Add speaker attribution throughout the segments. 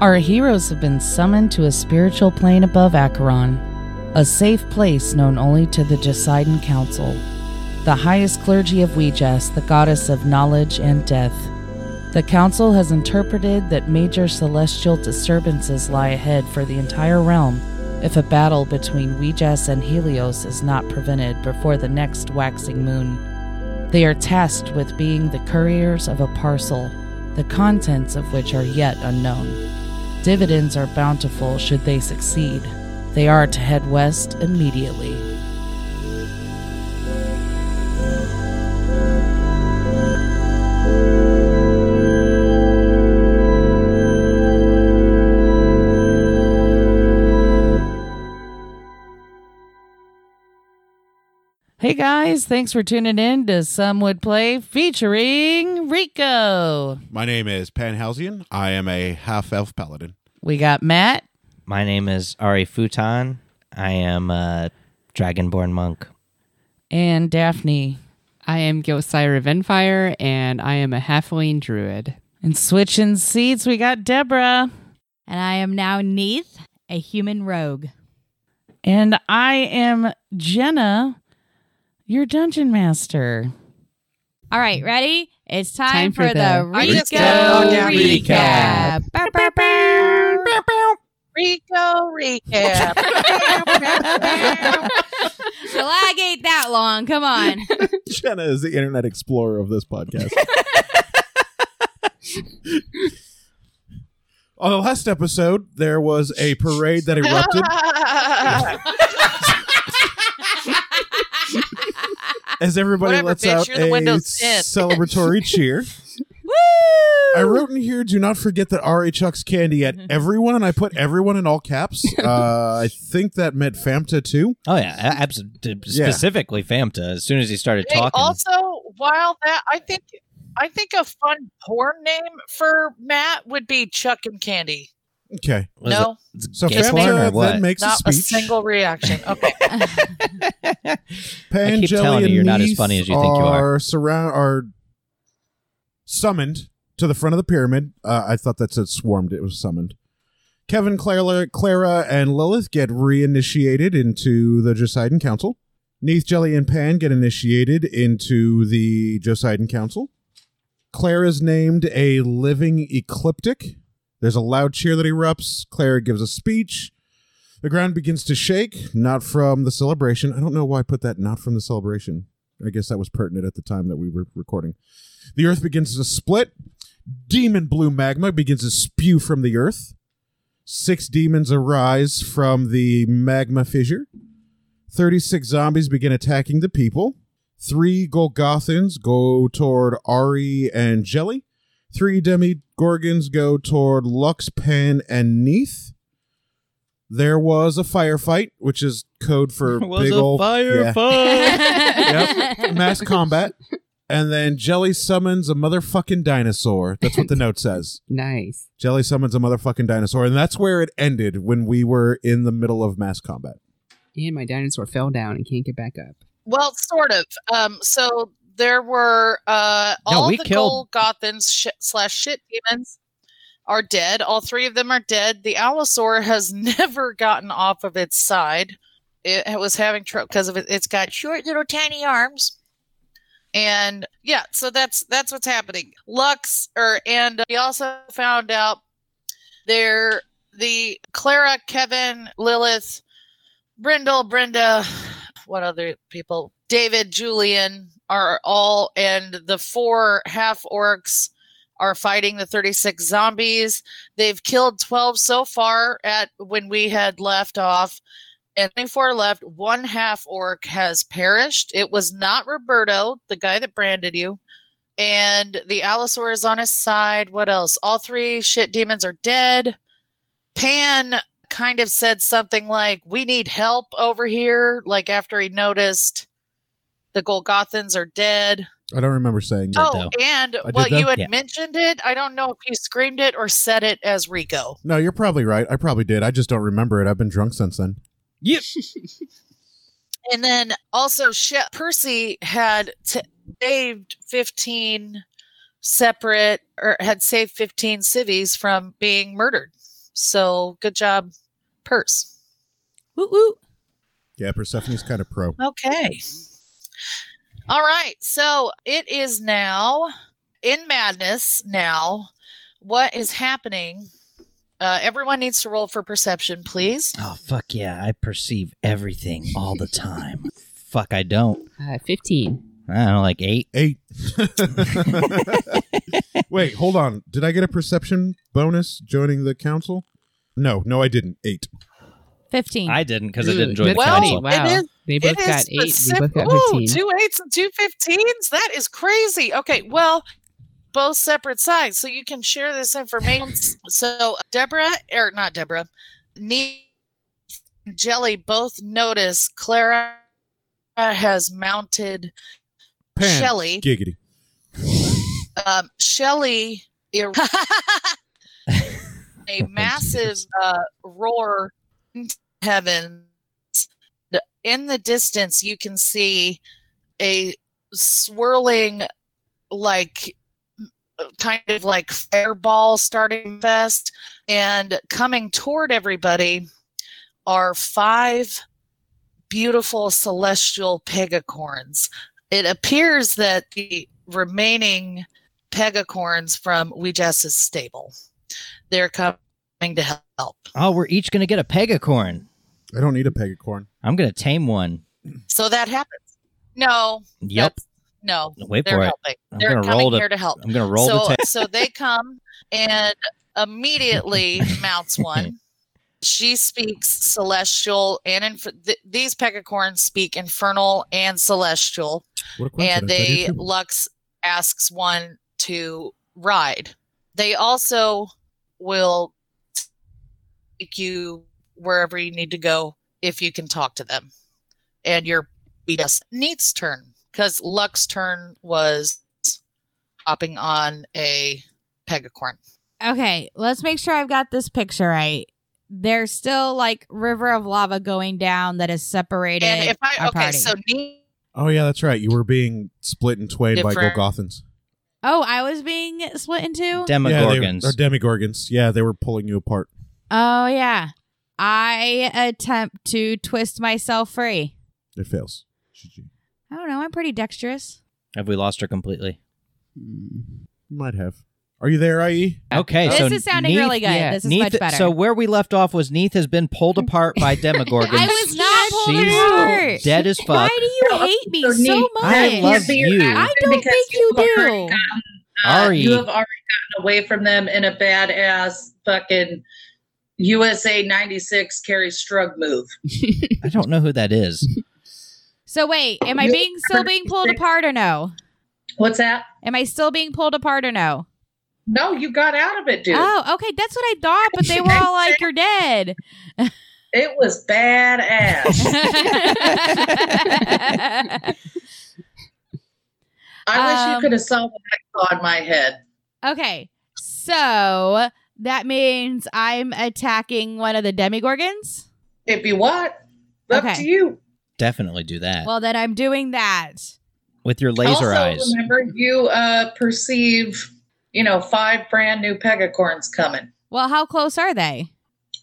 Speaker 1: Our heroes have been summoned to a spiritual plane above Acheron, a safe place known only to the Jesiden Council, the highest clergy of Wejas, the goddess of knowledge and death. The council has interpreted that major celestial disturbances lie ahead for the entire realm if a battle between Wejas and Helios is not prevented before the next waxing moon. They are tasked with being the couriers of a parcel, the contents of which are yet unknown. Dividends are bountiful should they succeed. They are to head west immediately. Hey guys, thanks for tuning in to Some Would Play featuring Rico.
Speaker 2: My name is Panhausian. I am a half elf paladin.
Speaker 1: We got Matt.
Speaker 3: My name is Ari Futon. I am a dragonborn monk.
Speaker 1: and Daphne
Speaker 4: I am Gilcyra Venfire, and I am a halfling druid.
Speaker 1: and switching seats. We got Deborah
Speaker 5: And I am now Neith, a human rogue.
Speaker 1: and I am Jenna, your dungeon master.
Speaker 5: All right, ready? It's
Speaker 4: Time
Speaker 5: time, for,
Speaker 4: for the
Speaker 5: the Rico
Speaker 4: Recap.
Speaker 5: recap. Bow, bow, bow.
Speaker 6: Rico recap.
Speaker 5: The lag ain't that long. Come on.
Speaker 7: Jenna is the internet explorer of this podcast.
Speaker 2: On the last episode, there was a parade that erupted as everybody
Speaker 6: Whatever,
Speaker 2: lets
Speaker 6: bitch,
Speaker 2: out
Speaker 6: you're the
Speaker 2: a
Speaker 6: Windows 10.
Speaker 2: celebratory cheer. I wrote in here, do not forget that RA chucks candy
Speaker 6: Mm-hmm.
Speaker 2: at everyone, and I put everyone in all caps. Uh, I think that meant Famta too.
Speaker 3: Oh yeah, a- abs- d-
Speaker 2: Yeah.
Speaker 3: specifically Famta. As soon as he started
Speaker 6: Hey,
Speaker 3: talking,
Speaker 6: also, while that I think I think a fun porn name for Matt would be Chuck and Candy.
Speaker 2: Okay.
Speaker 3: was
Speaker 6: no,
Speaker 3: it
Speaker 2: So
Speaker 3: gay porn or
Speaker 2: Famta
Speaker 3: what?
Speaker 2: then makes a
Speaker 6: not a
Speaker 2: speech.
Speaker 6: single reaction. Okay.
Speaker 3: I keep
Speaker 2: Pangeli
Speaker 3: telling you,
Speaker 2: and
Speaker 3: you're not as
Speaker 2: Neith
Speaker 3: funny as you think you are.
Speaker 2: Are surround are summoned to the front of the pyramid. Uh, I thought that said swarmed. It was summoned. Kevin, Clara, Clara, and Lilith get reinitiated into the Josiden Council. Neith, Jelly, and Pan get initiated into the Josiden Council. Claire is named a living ecliptic. There's a loud cheer that erupts. Claire gives a speech. The ground begins to shake, not from the celebration. I don't know why I put that not from the celebration. I guess that was pertinent at the time that we were recording. The earth begins to split. Demon blue magma begins to spew from the earth. Six demons arise from the magma fissure. 36 zombies begin attacking the people. Three Golgothans go toward Ari and Jelly. Three Demi Gorgons go toward Lux, Pan, and Neith. There was a firefight, which is code for big old Yeah yep. mass combat. And then Jelly summons a motherfucking dinosaur. That's what the note says.
Speaker 4: Nice.
Speaker 2: Jelly summons a motherfucking dinosaur. And that's where it ended when we were in the middle of mass combat.
Speaker 4: And my dinosaur fell down and can't get back up.
Speaker 6: Well, sort of. Um, so there were uh,
Speaker 3: No,
Speaker 6: all
Speaker 3: we
Speaker 6: the
Speaker 3: killed-
Speaker 6: Golgothans sh- slash shit demons are dead. All three of them are dead. The Allosaur has never gotten off of its side. It, it was having trouble because of it. It's got short little tiny arms. And yeah, so that's that's what's happening. Lux, or and we also found out there the Clara, Kevin, Lilith, Brindle, Brenda, what other people? David, Julian are all, and the four half orcs are fighting the 36 zombies. They've killed 12 so far at when we had left off. And 24 left. One half orc has perished. It was not Roberto, the guy that branded you. And the Allosaur is on his side. What else? All three shit demons are dead. Pan kind of said something like, We need help over here. Like after he noticed the Golgothans are dead.
Speaker 2: I don't remember saying that.
Speaker 6: Oh,
Speaker 3: though.
Speaker 6: and
Speaker 2: did
Speaker 6: well, you
Speaker 2: that?
Speaker 6: had
Speaker 3: Yeah.
Speaker 6: mentioned it. I don't know if you screamed it or said it as Rico.
Speaker 2: No, you're probably right. I probably did. I just don't remember it. I've been drunk since then.
Speaker 6: And then also, she- Percy had t- saved 15 separate, or had saved 15 civies from being murdered. So good job, Purse.
Speaker 5: Woo woo.
Speaker 2: Yeah, Persephone's kind of pro.
Speaker 6: Okay. All right. So it is now in madness. Now, what is happening? Uh, everyone needs to roll for perception, please.
Speaker 3: Oh fuck yeah! I perceive everything all the time. fuck, I don't.
Speaker 4: Uh, 15.
Speaker 3: I don't know, like eight.
Speaker 2: Eight. Wait, hold on. Did I get a perception bonus joining the council? No, no, I didn't. Eight.
Speaker 5: 15.
Speaker 3: I didn't because I didn't join the
Speaker 4: That's
Speaker 6: Well,
Speaker 4: funny.
Speaker 3: council.
Speaker 4: Wow.
Speaker 6: it is-
Speaker 4: they both got 8. We both got
Speaker 6: Ooh,
Speaker 4: 15.
Speaker 6: two eights and two fifteens. That is crazy. Okay, well, both separate sides, so you can share this information. so Deborah, or not Deborah, Nee and Jelly both notice Clara has mounted
Speaker 2: Pan.
Speaker 6: Shelly.
Speaker 2: Giggity.
Speaker 6: Um, Shelly er- a massive uh, roar into heaven. The- In the distance, you can see a swirling, like m- kind of like fireball starting fest, and coming toward everybody are five beautiful celestial pegacorns. It appears that the remaining pegacorns from Weejess's stable. They're coming to help.
Speaker 3: Oh, we're each gonna get a pegacorn.
Speaker 2: I don't need a pegacorn.
Speaker 3: I'm gonna tame one.
Speaker 6: So that happens. No,
Speaker 3: Yep.
Speaker 6: that's- no,
Speaker 3: Wait
Speaker 6: they're
Speaker 3: for it.
Speaker 6: helping.
Speaker 3: I'm
Speaker 6: they're
Speaker 3: gonna
Speaker 6: coming
Speaker 3: roll the-
Speaker 6: here to help.
Speaker 3: I'm gonna roll
Speaker 6: so,
Speaker 3: the
Speaker 6: so they come and immediately mounts one. She speaks celestial and inf- th- these pegacorns speak infernal and celestial,
Speaker 2: What a coincidence.
Speaker 6: and
Speaker 2: I do
Speaker 6: they
Speaker 2: too.
Speaker 6: Lux asks one to ride. They also will take you wherever you need to go if you can talk to them. And your BS Neat's turn because Lux's turn was hopping on a pegacorn.
Speaker 5: Okay, let's make sure I've got this picture right. There's still like river of lava going down that is separated.
Speaker 6: And if I
Speaker 5: our
Speaker 6: okay,
Speaker 5: party.
Speaker 6: so Neat
Speaker 2: Oh, yeah, that's right. You were being split in twain by
Speaker 6: Different-
Speaker 2: Golgothans.
Speaker 5: oh, I was being split into.
Speaker 3: Demogorgons.
Speaker 2: Yeah, they, or demigorgons. Yeah, they were pulling you apart.
Speaker 5: oh yeah, I attempt to twist myself free.
Speaker 2: It fails. GG.
Speaker 5: I don't know. I'm pretty dexterous.
Speaker 3: Have we lost her completely?
Speaker 4: Mm.
Speaker 2: You might have. Are you there, E? IE?
Speaker 3: Okay,
Speaker 5: this
Speaker 3: so
Speaker 5: is sounding
Speaker 3: Neith-
Speaker 5: really good.
Speaker 4: yeah,
Speaker 5: This is
Speaker 3: Neith-
Speaker 5: much better.
Speaker 3: So where we left off was Neith has been pulled apart by Demogorgons.
Speaker 5: I was not pulled
Speaker 3: She's
Speaker 5: apart.
Speaker 3: Dead as
Speaker 5: Why
Speaker 3: fuck.
Speaker 5: do you hate me so much?
Speaker 3: I love you.
Speaker 5: I don't
Speaker 8: because
Speaker 5: think you
Speaker 8: have
Speaker 5: do.
Speaker 8: already gotten- uh,
Speaker 3: Ari.
Speaker 8: You have already gotten away from them in a badass fucking USA 96 Carrie Strug move.
Speaker 3: I don't know who that is.
Speaker 5: So wait, am I being still being pulled apart or no?
Speaker 8: What's that?
Speaker 5: Am I still being pulled apart or no?
Speaker 8: No, you got out of it, dude.
Speaker 5: Oh, okay, that's what I thought, but they were all like, "You're dead."
Speaker 8: It was badass. I wish
Speaker 5: Um,
Speaker 8: you could have saw what I saw in my head.
Speaker 5: okay, so that means I'm attacking one of the demigorgons.
Speaker 8: If you what? Up
Speaker 5: Okay.
Speaker 8: to you.
Speaker 3: Definitely do that
Speaker 5: Well, then I'm doing that.
Speaker 3: with your laser
Speaker 8: also,
Speaker 3: eyes.
Speaker 8: remember you uh, perceive, you know, five brand new pegacorns coming.
Speaker 5: Well, how close are they?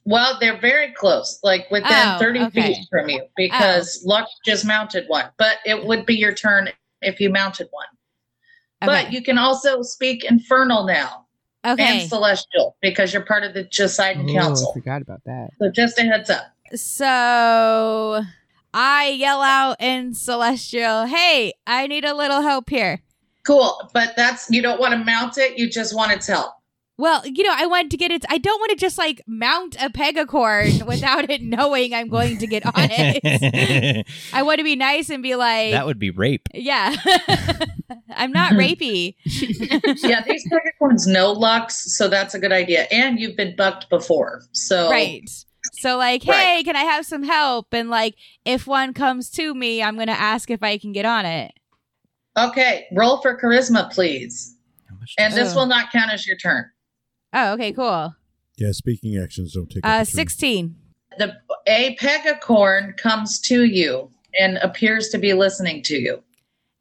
Speaker 8: Well, they're very close, like within
Speaker 5: Oh,
Speaker 8: 30
Speaker 5: okay. Oh.
Speaker 8: feet from you, because Luck just mounted one. But it would be your turn if you mounted one. But
Speaker 5: Okay.
Speaker 8: you can also speak Infernal now
Speaker 5: okay.
Speaker 8: and Celestial because you're part of the Joseidon
Speaker 4: Oh, I
Speaker 8: Council.
Speaker 4: forgot about that.
Speaker 8: So just a heads up.
Speaker 5: So I yell out in celestial, "Hey, I need a little help here."
Speaker 8: Cool. But that's, you don't want to mount it, you just want its help.
Speaker 5: Well, you know, I wanted to get it. I don't want to just like mount a pegacorn without it knowing I'm going to get on it. I want to be nice and be like,
Speaker 3: that would be rape.
Speaker 5: yeah, I'm not rapey.
Speaker 8: yeah, these pegacorns know Lux, so that's a good idea. And you've been bucked before. So
Speaker 5: Right. So, like, hey,
Speaker 8: Right.
Speaker 5: can I have some help? And like, if one comes to me, I'm going to ask if I can get on it.
Speaker 8: Okay, roll for charisma, please.
Speaker 3: How much
Speaker 8: And this
Speaker 5: Ugh.
Speaker 8: will not count as your turn.
Speaker 5: Oh, okay, cool.
Speaker 2: Yeah,
Speaker 6: Uh,
Speaker 2: speaking actions don't take up
Speaker 5: Uh,
Speaker 2: a turn.
Speaker 5: 16.
Speaker 8: The a pegacorn comes to you
Speaker 6: and appears to be listening to you.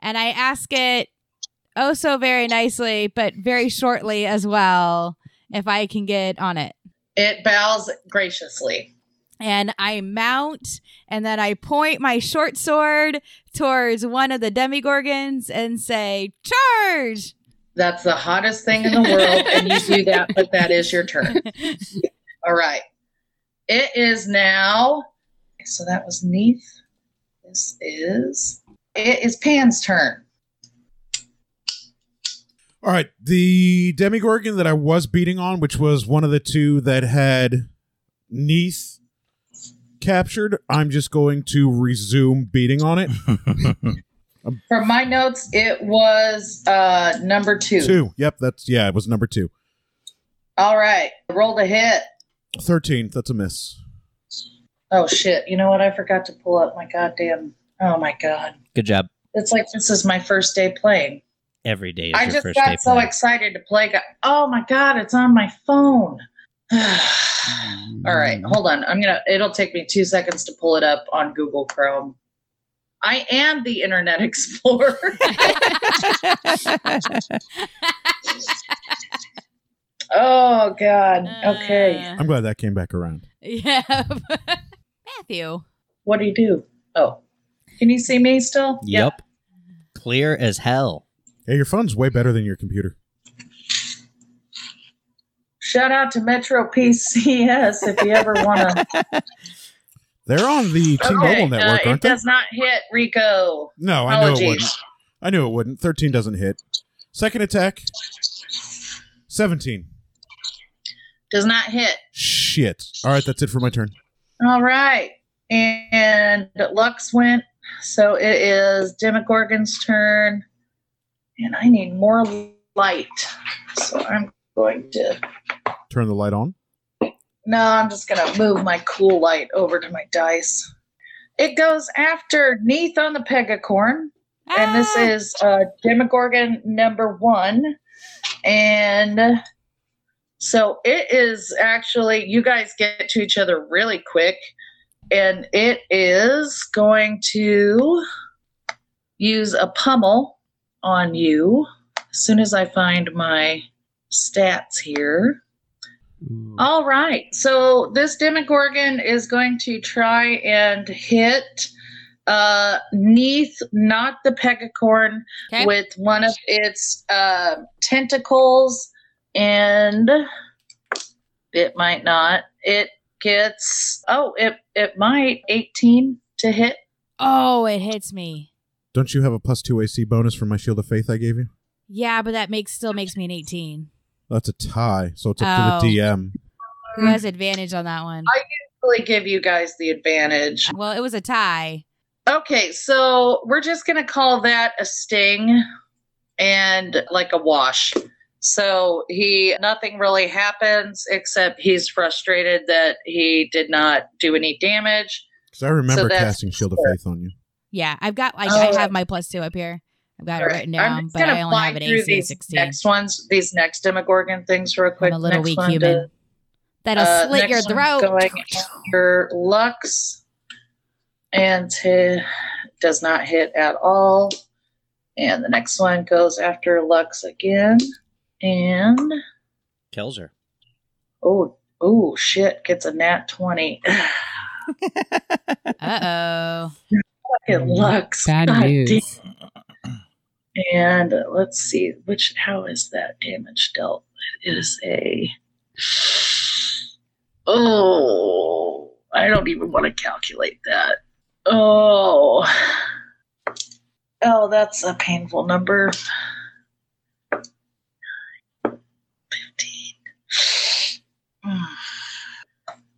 Speaker 5: and I ask it oh so very nicely, but very shortly as well, if I can get on it.
Speaker 6: It bows graciously.
Speaker 5: And I mount, and then I point my short sword towards one of the demigorgons and say, "Charge!"
Speaker 6: That's the hottest thing in the world, and you do that, but that is your turn. All right. It is now. So that was Neath. This is. It is Pan's turn.
Speaker 2: All right, the Demigorgon that I was beating on, which was one of the two that had Neath captured, I'm just going to resume beating on it.
Speaker 6: From my notes, it was uh, number two.
Speaker 2: Two. Yep, that's yeah, it was number two.
Speaker 6: All right. Roll to hit.
Speaker 2: Thirteen, that's a miss.
Speaker 6: Oh, shit. You know what? I forgot to pull up my goddamn. Oh, my God.
Speaker 3: Good job.
Speaker 6: It's like this is my first day playing.
Speaker 3: Every day is
Speaker 6: I
Speaker 3: your
Speaker 6: just
Speaker 3: first day
Speaker 6: got so
Speaker 3: playing.
Speaker 6: excited to play. Go- Oh my god, it's on my phone. Mm. All right, hold on. I'm gonna. It'll take me two seconds to pull it up on Google Chrome. I am the Internet Explorer. oh god. Okay.
Speaker 5: Uh,
Speaker 2: I'm glad that came back around.
Speaker 5: yeah. Matthew.
Speaker 6: What do you do? Oh, can you see me still? Yeah.
Speaker 3: Yep. Clear as hell.
Speaker 2: Yeah, your phone's way better than your computer.
Speaker 6: Shout out to Metro PCS if you ever want to.
Speaker 2: They're on the T-Mobile network,
Speaker 6: uh, it
Speaker 2: aren't they?
Speaker 6: does not hit Rico.
Speaker 2: No, I knew it wouldn't.
Speaker 6: Apologies.
Speaker 2: I knew it wouldn't. Thirteen doesn't hit. Second attack. Seventeen.
Speaker 6: Does not hit.
Speaker 2: Shit. All right, that's it for my turn.
Speaker 6: All right. And Lux went. So it is Demogorgon's turn. And I need more light. So I'm going to.
Speaker 2: Turn the light on.
Speaker 6: No, I'm just going to move my cool light over to my dice. It goes after Neath on the Pegacorn. And this
Speaker 5: Ah!
Speaker 6: is uh, Demogorgon number one. And so it is actually, you guys get to each other really quick. And it is going to use a pummel on you as soon as I find my stats here. All right. So this Demogorgon is going to try and hit uh Neath, not the Pegacorn,
Speaker 5: Okay.
Speaker 6: with one of its uh, tentacles, and it might not. It gets oh, it it might eighteen to hit.
Speaker 5: Oh, it hits me.
Speaker 2: Don't you have a plus two AC bonus from my Shield of Faith I gave you?
Speaker 5: Yeah, but that makes still makes me an 18.
Speaker 2: That's a tie, so it's up to
Speaker 5: Oh.
Speaker 2: the DM.
Speaker 5: Who has advantage on that one?
Speaker 6: Really give you guys the advantage.
Speaker 5: Well, it was a tie.
Speaker 6: Okay, so we're just gonna call that a sting and like a wash. So he nothing really happens except he's frustrated that he did not do any damage.
Speaker 2: Because I remember
Speaker 6: that's-
Speaker 2: casting Shield of Faith on you.
Speaker 5: Yeah, I've got. I,
Speaker 6: Oh.
Speaker 5: I have my plus two up here. I've got it
Speaker 6: All right,
Speaker 5: written
Speaker 6: I'm
Speaker 5: down,
Speaker 6: just
Speaker 5: but
Speaker 6: gonna
Speaker 5: I only
Speaker 6: fly
Speaker 5: have an
Speaker 6: through
Speaker 5: AC
Speaker 6: these
Speaker 5: of sixteen.
Speaker 6: Next ones, these next Demogorgon things, real quick.
Speaker 5: I'm a little
Speaker 6: Next
Speaker 5: weak
Speaker 6: one
Speaker 5: human.
Speaker 6: to-
Speaker 5: That'll
Speaker 6: uh,
Speaker 5: slit
Speaker 6: next
Speaker 5: your throat.
Speaker 6: one's Going after Lux, and to, does not hit at all. And the next one goes after Lux again, and
Speaker 3: Kills her.
Speaker 6: oh oh shit, gets a nat twenty.
Speaker 5: Uh oh.
Speaker 6: Fucking Lux,
Speaker 4: Bad
Speaker 6: God damn.
Speaker 4: news.
Speaker 6: And uh, let's see which how is that damage dealt? It is a oh I don't even want to calculate that. Oh oh that's a painful number. Fifteen. Mm.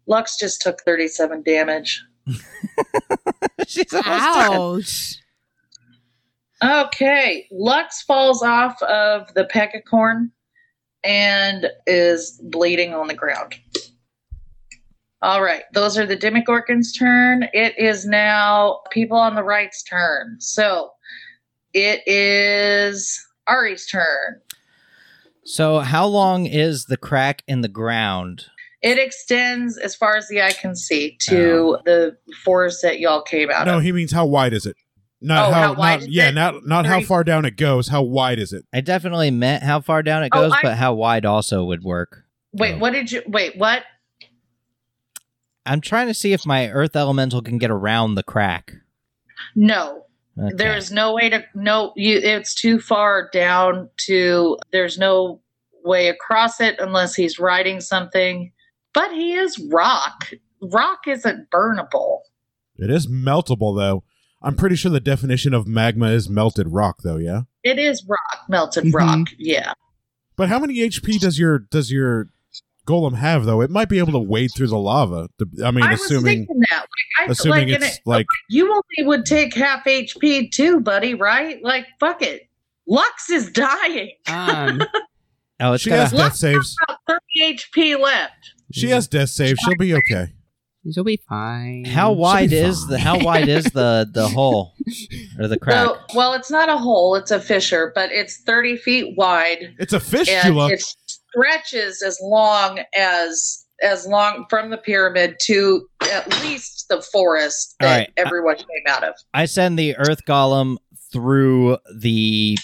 Speaker 6: Lux just took thirty-seven damage.
Speaker 3: She's
Speaker 5: Ouch.
Speaker 6: Okay, Lux falls off of the pecacorn and is bleeding on the ground. All right, those are the Demogorgon's turn. It is now people on the right's turn. So it is Ari's turn.
Speaker 3: So, how long is the crack in the ground?
Speaker 6: It extends as far as the eye can see to the forest that y'all came out
Speaker 2: No,
Speaker 6: of.
Speaker 2: he means how wide is it? Not
Speaker 6: Oh,
Speaker 2: how,
Speaker 6: how wide
Speaker 2: not,
Speaker 6: is
Speaker 2: yeah,
Speaker 6: it?
Speaker 2: not not how
Speaker 6: Thirty-
Speaker 2: far down it goes. How wide is it?
Speaker 3: I definitely meant how far down it
Speaker 6: Oh,
Speaker 3: goes,
Speaker 6: I-
Speaker 3: but how wide also would work.
Speaker 6: Wait, what did you? Wait, what?
Speaker 3: I'm trying to see if my earth elemental can get around the crack.
Speaker 6: No,
Speaker 3: Okay.
Speaker 6: there is no way to. No, you. It's too far down to. There's no way across it unless he's riding something. But he is rock. Rock isn't burnable.
Speaker 2: It is meltable though. I'm pretty sure the definition of magma is melted rock though, yeah.
Speaker 6: It is rock, melted
Speaker 2: Mm-hmm.
Speaker 4: Mhm.
Speaker 6: rock. Yeah.
Speaker 2: But how many HP does your does your golem have though? It might be able to wade through the lava. The- I mean,
Speaker 6: I was
Speaker 2: assuming
Speaker 6: thinking that. Like, I,
Speaker 2: assuming
Speaker 6: like, and
Speaker 2: it's
Speaker 6: it-
Speaker 2: like
Speaker 6: you only would take half HP too, buddy, right? Like, fuck it. Lux is dying.
Speaker 4: Um,
Speaker 3: Oh, it's
Speaker 2: she
Speaker 3: got
Speaker 2: has
Speaker 3: a,
Speaker 2: death saves.
Speaker 6: About 30 HP left.
Speaker 2: She has death saves. She'll be okay.
Speaker 4: you'll be fine.
Speaker 3: how wide
Speaker 2: be
Speaker 3: is
Speaker 2: fine.
Speaker 3: the how wide is the the hole or the crack?
Speaker 6: So, well, it's not a hole, it's a fissure, but it's 30 feet wide
Speaker 2: It's a
Speaker 6: and
Speaker 2: fistula.
Speaker 6: it stretches as long as as long from the pyramid to at least the forest
Speaker 3: All
Speaker 6: that
Speaker 3: right.
Speaker 6: everyone came out of.
Speaker 3: I send the earth golem through the